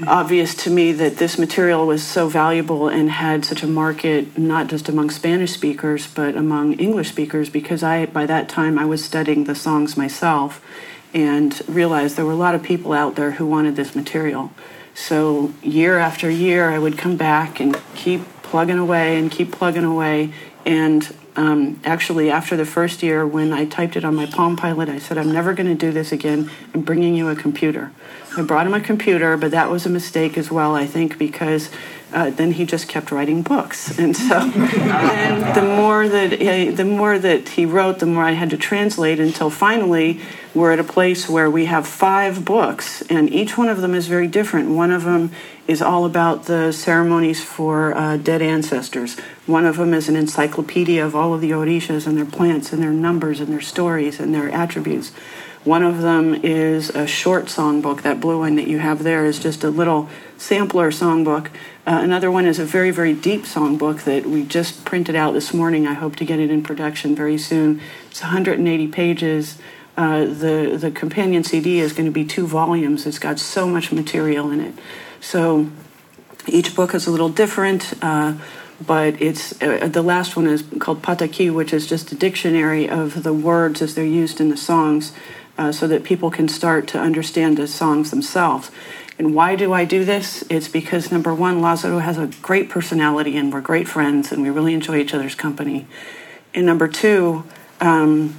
Speaker 2: obvious to me that this material was so valuable and had such a market not just among Spanish speakers but among English speakers because I by that time I was studying the songs myself and realized there were a lot of people out there who wanted this material. So year after year I would come back and keep plugging away and keep plugging away and um, actually after the first year when i typed it on my palm pilot i said i'm never going to do this again i'm bringing you a computer i brought him a computer but that was a mistake as well i think because uh, then he just kept writing books and so and the more that he, the more that he wrote the more i had to translate until finally we're at a place where we have five books and each one of them is very different one of them is all about the ceremonies for uh, dead ancestors. One of them is an encyclopedia of all of the Orishas and their plants and their numbers and their stories and their attributes. One of them is a short songbook. That blue one that you have there is just a little sampler songbook. Uh, another one is a very, very deep songbook that we just printed out this morning. I hope to get it in production very soon. It's 180 pages. Uh, the the companion CD is going to be two volumes. It's got so much material in it. So each book is a little different, uh, but it's uh, the last one is called Pataki, which is just a dictionary of the words as they're used in the songs, uh, so that people can start to understand the songs themselves. And why do I do this? It's because number one, Lazaro has a great personality, and we're great friends, and we really enjoy each other's company. And number two, um,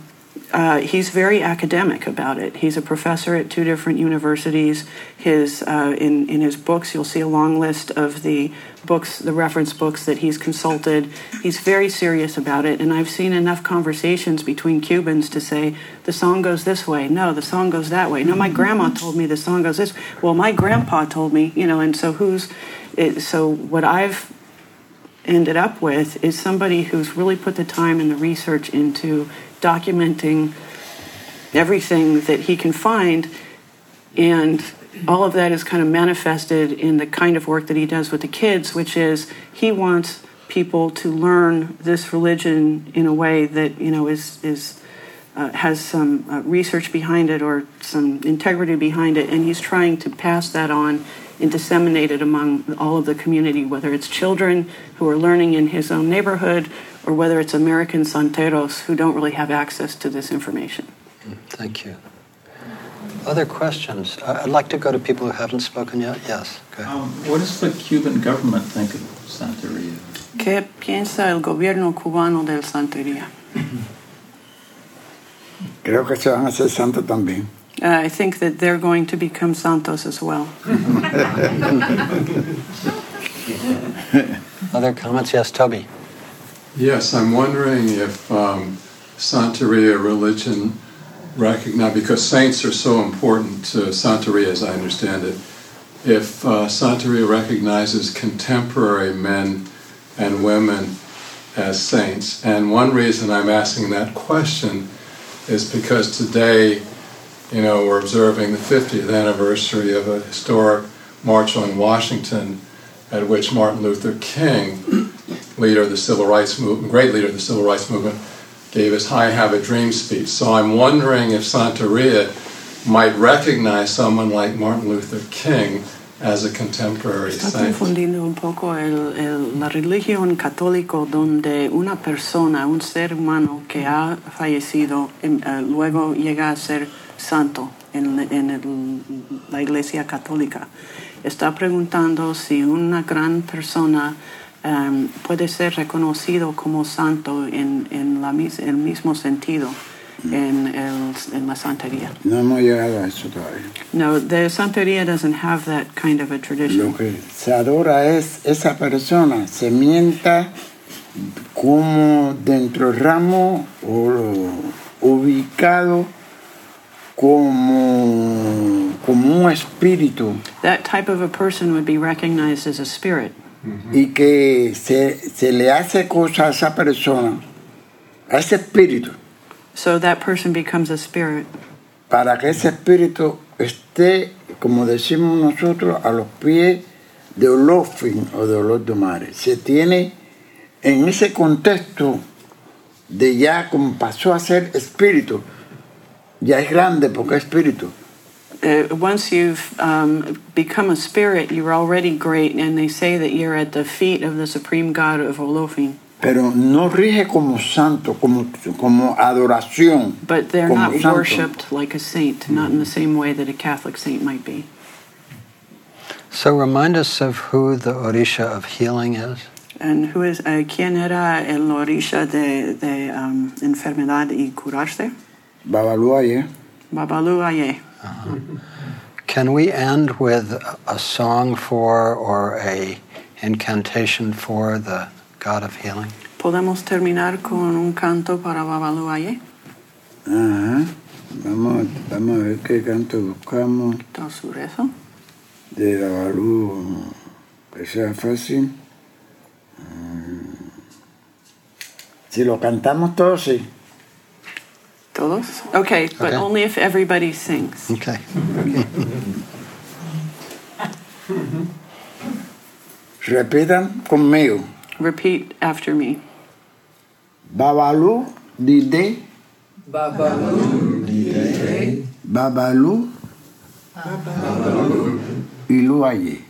Speaker 2: uh, he's very academic about it. He's a professor at two different universities. His uh, in in his books, you'll see a long list of the books, the reference books that he's consulted. He's very serious about it, and I've seen enough conversations between Cubans to say the song goes this way. No, the song goes that way. No, my grandma told me the song goes this. Well, my grandpa told me, you know, and so who's it, so what I've ended up with is somebody who's really put the time and the research into documenting everything that he can find and all of that is kind of manifested in the kind of work that he does with the kids which is he wants people to learn this religion in a way that you know is is uh, has some uh, research behind it or some integrity behind it and he's trying to pass that on and disseminate it among all of the community, whether it's children who are learning in his own neighborhood or whether it's American santeros who don't really have access to this information.
Speaker 1: Mm, Thank you. Other questions? I- I'd like to go to people who haven't spoken yet. Yes, go ahead.
Speaker 8: Um, what does the Cuban government think of Santeria?
Speaker 2: ¿Qué piensa el gobierno cubano del santería?
Speaker 3: Creo que se van a hacer santos también.
Speaker 2: Uh, I think that they're going to become santos as well.
Speaker 1: Other comments? Yes, Toby.
Speaker 5: Yes, I'm wondering if um, Santeria religion recognize because saints are so important to Santeria, as I understand it. If uh, Santeria recognizes contemporary men and women as saints, and one reason I'm asking that question is because today, you know, we're observing the 50th anniversary of a historic march on Washington, at which Martin Luther King leader of the civil rights movement, great leader of the civil rights movement, gave his "I Have a Dream" speech. So I'm wondering if Santeria might recognize someone like Martin Luther King as a contemporary
Speaker 2: Está
Speaker 5: saint.
Speaker 2: confundiendo un poco el- el- la religión católica donde una persona, un ser humano que ha fallecido, em, eh, luego llega a ser santo en, la- en el- la iglesia católica. Está preguntando si una gran persona em, puede ser reconocido como santo en, en la mis- el mismo sentido en, el- en la santería.
Speaker 3: No hemos llegado a eso todavía.
Speaker 2: No, the santería doesn't have that kind of a tradition.
Speaker 3: Lo que se adora es esa persona, se mienta como dentro del ramo o lo- ubicado como, como un espíritu
Speaker 2: that type of a person would be recognized as a spirit.
Speaker 3: y que se, se le hace cosas a esa persona, a ese espíritu,
Speaker 2: So that person becomes a spirit
Speaker 3: para que ese espíritu esté, como decimos nosotros, a los pies de Olofin o de Olodumare. Se tiene en ese contexto de ya como pasó a ser espíritu, ya es grande porque es espíritu.
Speaker 2: uh, once you've um, become a spirit, you're already great, and they say that you're at the feet of the supreme god of Olofin.
Speaker 3: Pero no rige como santo, como, como adoración.
Speaker 2: But they're
Speaker 3: como
Speaker 2: not
Speaker 3: santo.
Speaker 2: worshipped like a saint, not in the same way that a Catholic saint might be.
Speaker 1: So remind us of who the Orisha of healing is.
Speaker 2: And who is, uh, ¿quién era el orisha de, de um, enfermedad y curarse?
Speaker 3: Babalúa, ¿eh?
Speaker 2: Babalu Aye.
Speaker 1: Can we end with a song for or a incantation for the God of healing?
Speaker 2: ¿Podemos terminar con un canto para Babalu Aye?
Speaker 3: Ajá. Vamos, vamos a ver qué canto buscamos
Speaker 2: Todo su rezo.
Speaker 3: de Babalú que sea fácil. Mm. Si lo cantamos todos, sí.
Speaker 2: Todos? Okay, but
Speaker 1: Okay.
Speaker 2: only if everybody sings.
Speaker 1: Okay.
Speaker 3: Repitan conmigo.
Speaker 2: Repeat after me.
Speaker 3: Babalú, Dide,
Speaker 5: Babalu,
Speaker 3: Babalú, Iluaye.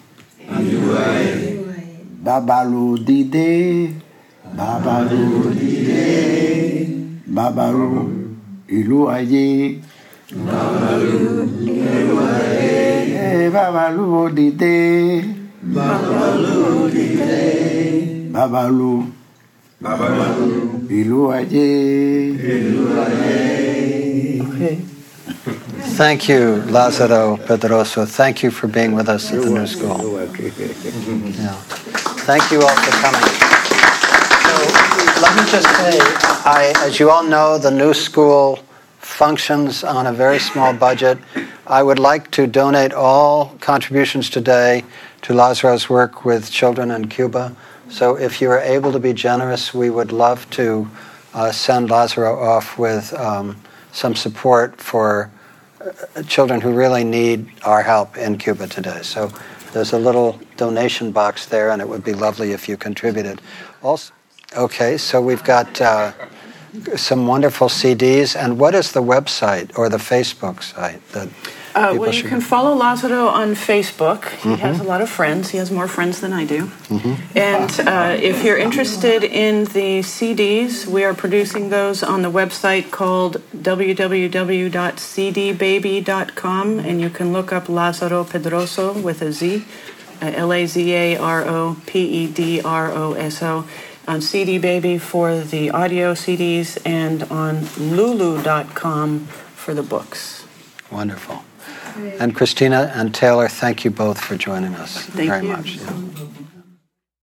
Speaker 3: Babalú, Dide, Babalú, Dide, Babalú, Iluaye. Eh, Babalú, Dide, Babalú, Dide, Babalú, Babalú, Iluaye.
Speaker 7: Okay.
Speaker 1: Thank you, Lázaro Pedroso. Thank you for being with us at the New School. Yeah. Thank you all for coming. So, let me just say, I, as you all know, the New School functions on a very small budget. I would like to donate all contributions today to Lázaro's work with children in Cuba. So, if you are able to be generous, we would love to uh, send Lázaro off with um, some support for uh, children who really need our help in Cuba today. So there's a little donation box there, and it would be lovely if you contributed. Also, okay, so we've got uh, some wonderful CDs. And what is the website or the Facebook site? That
Speaker 2: Uh,
Speaker 1: people
Speaker 2: well, you
Speaker 1: should-
Speaker 2: can follow Lazaro on Facebook. He has a lot of friends. He has more friends than I do. And uh, if you're interested in the CDs, we are producing those on the website called www.cdbaby.com, and you can look up Lazaro Pedroso with a Z, uh, L A Z A R O P E D R O S O. On CD Baby for the audio CDs and on lulu.com for the books.
Speaker 1: Wonderful. And Christina and Taylor, thank you both for joining us
Speaker 2: Thank
Speaker 1: very
Speaker 2: you.
Speaker 1: much. Yeah.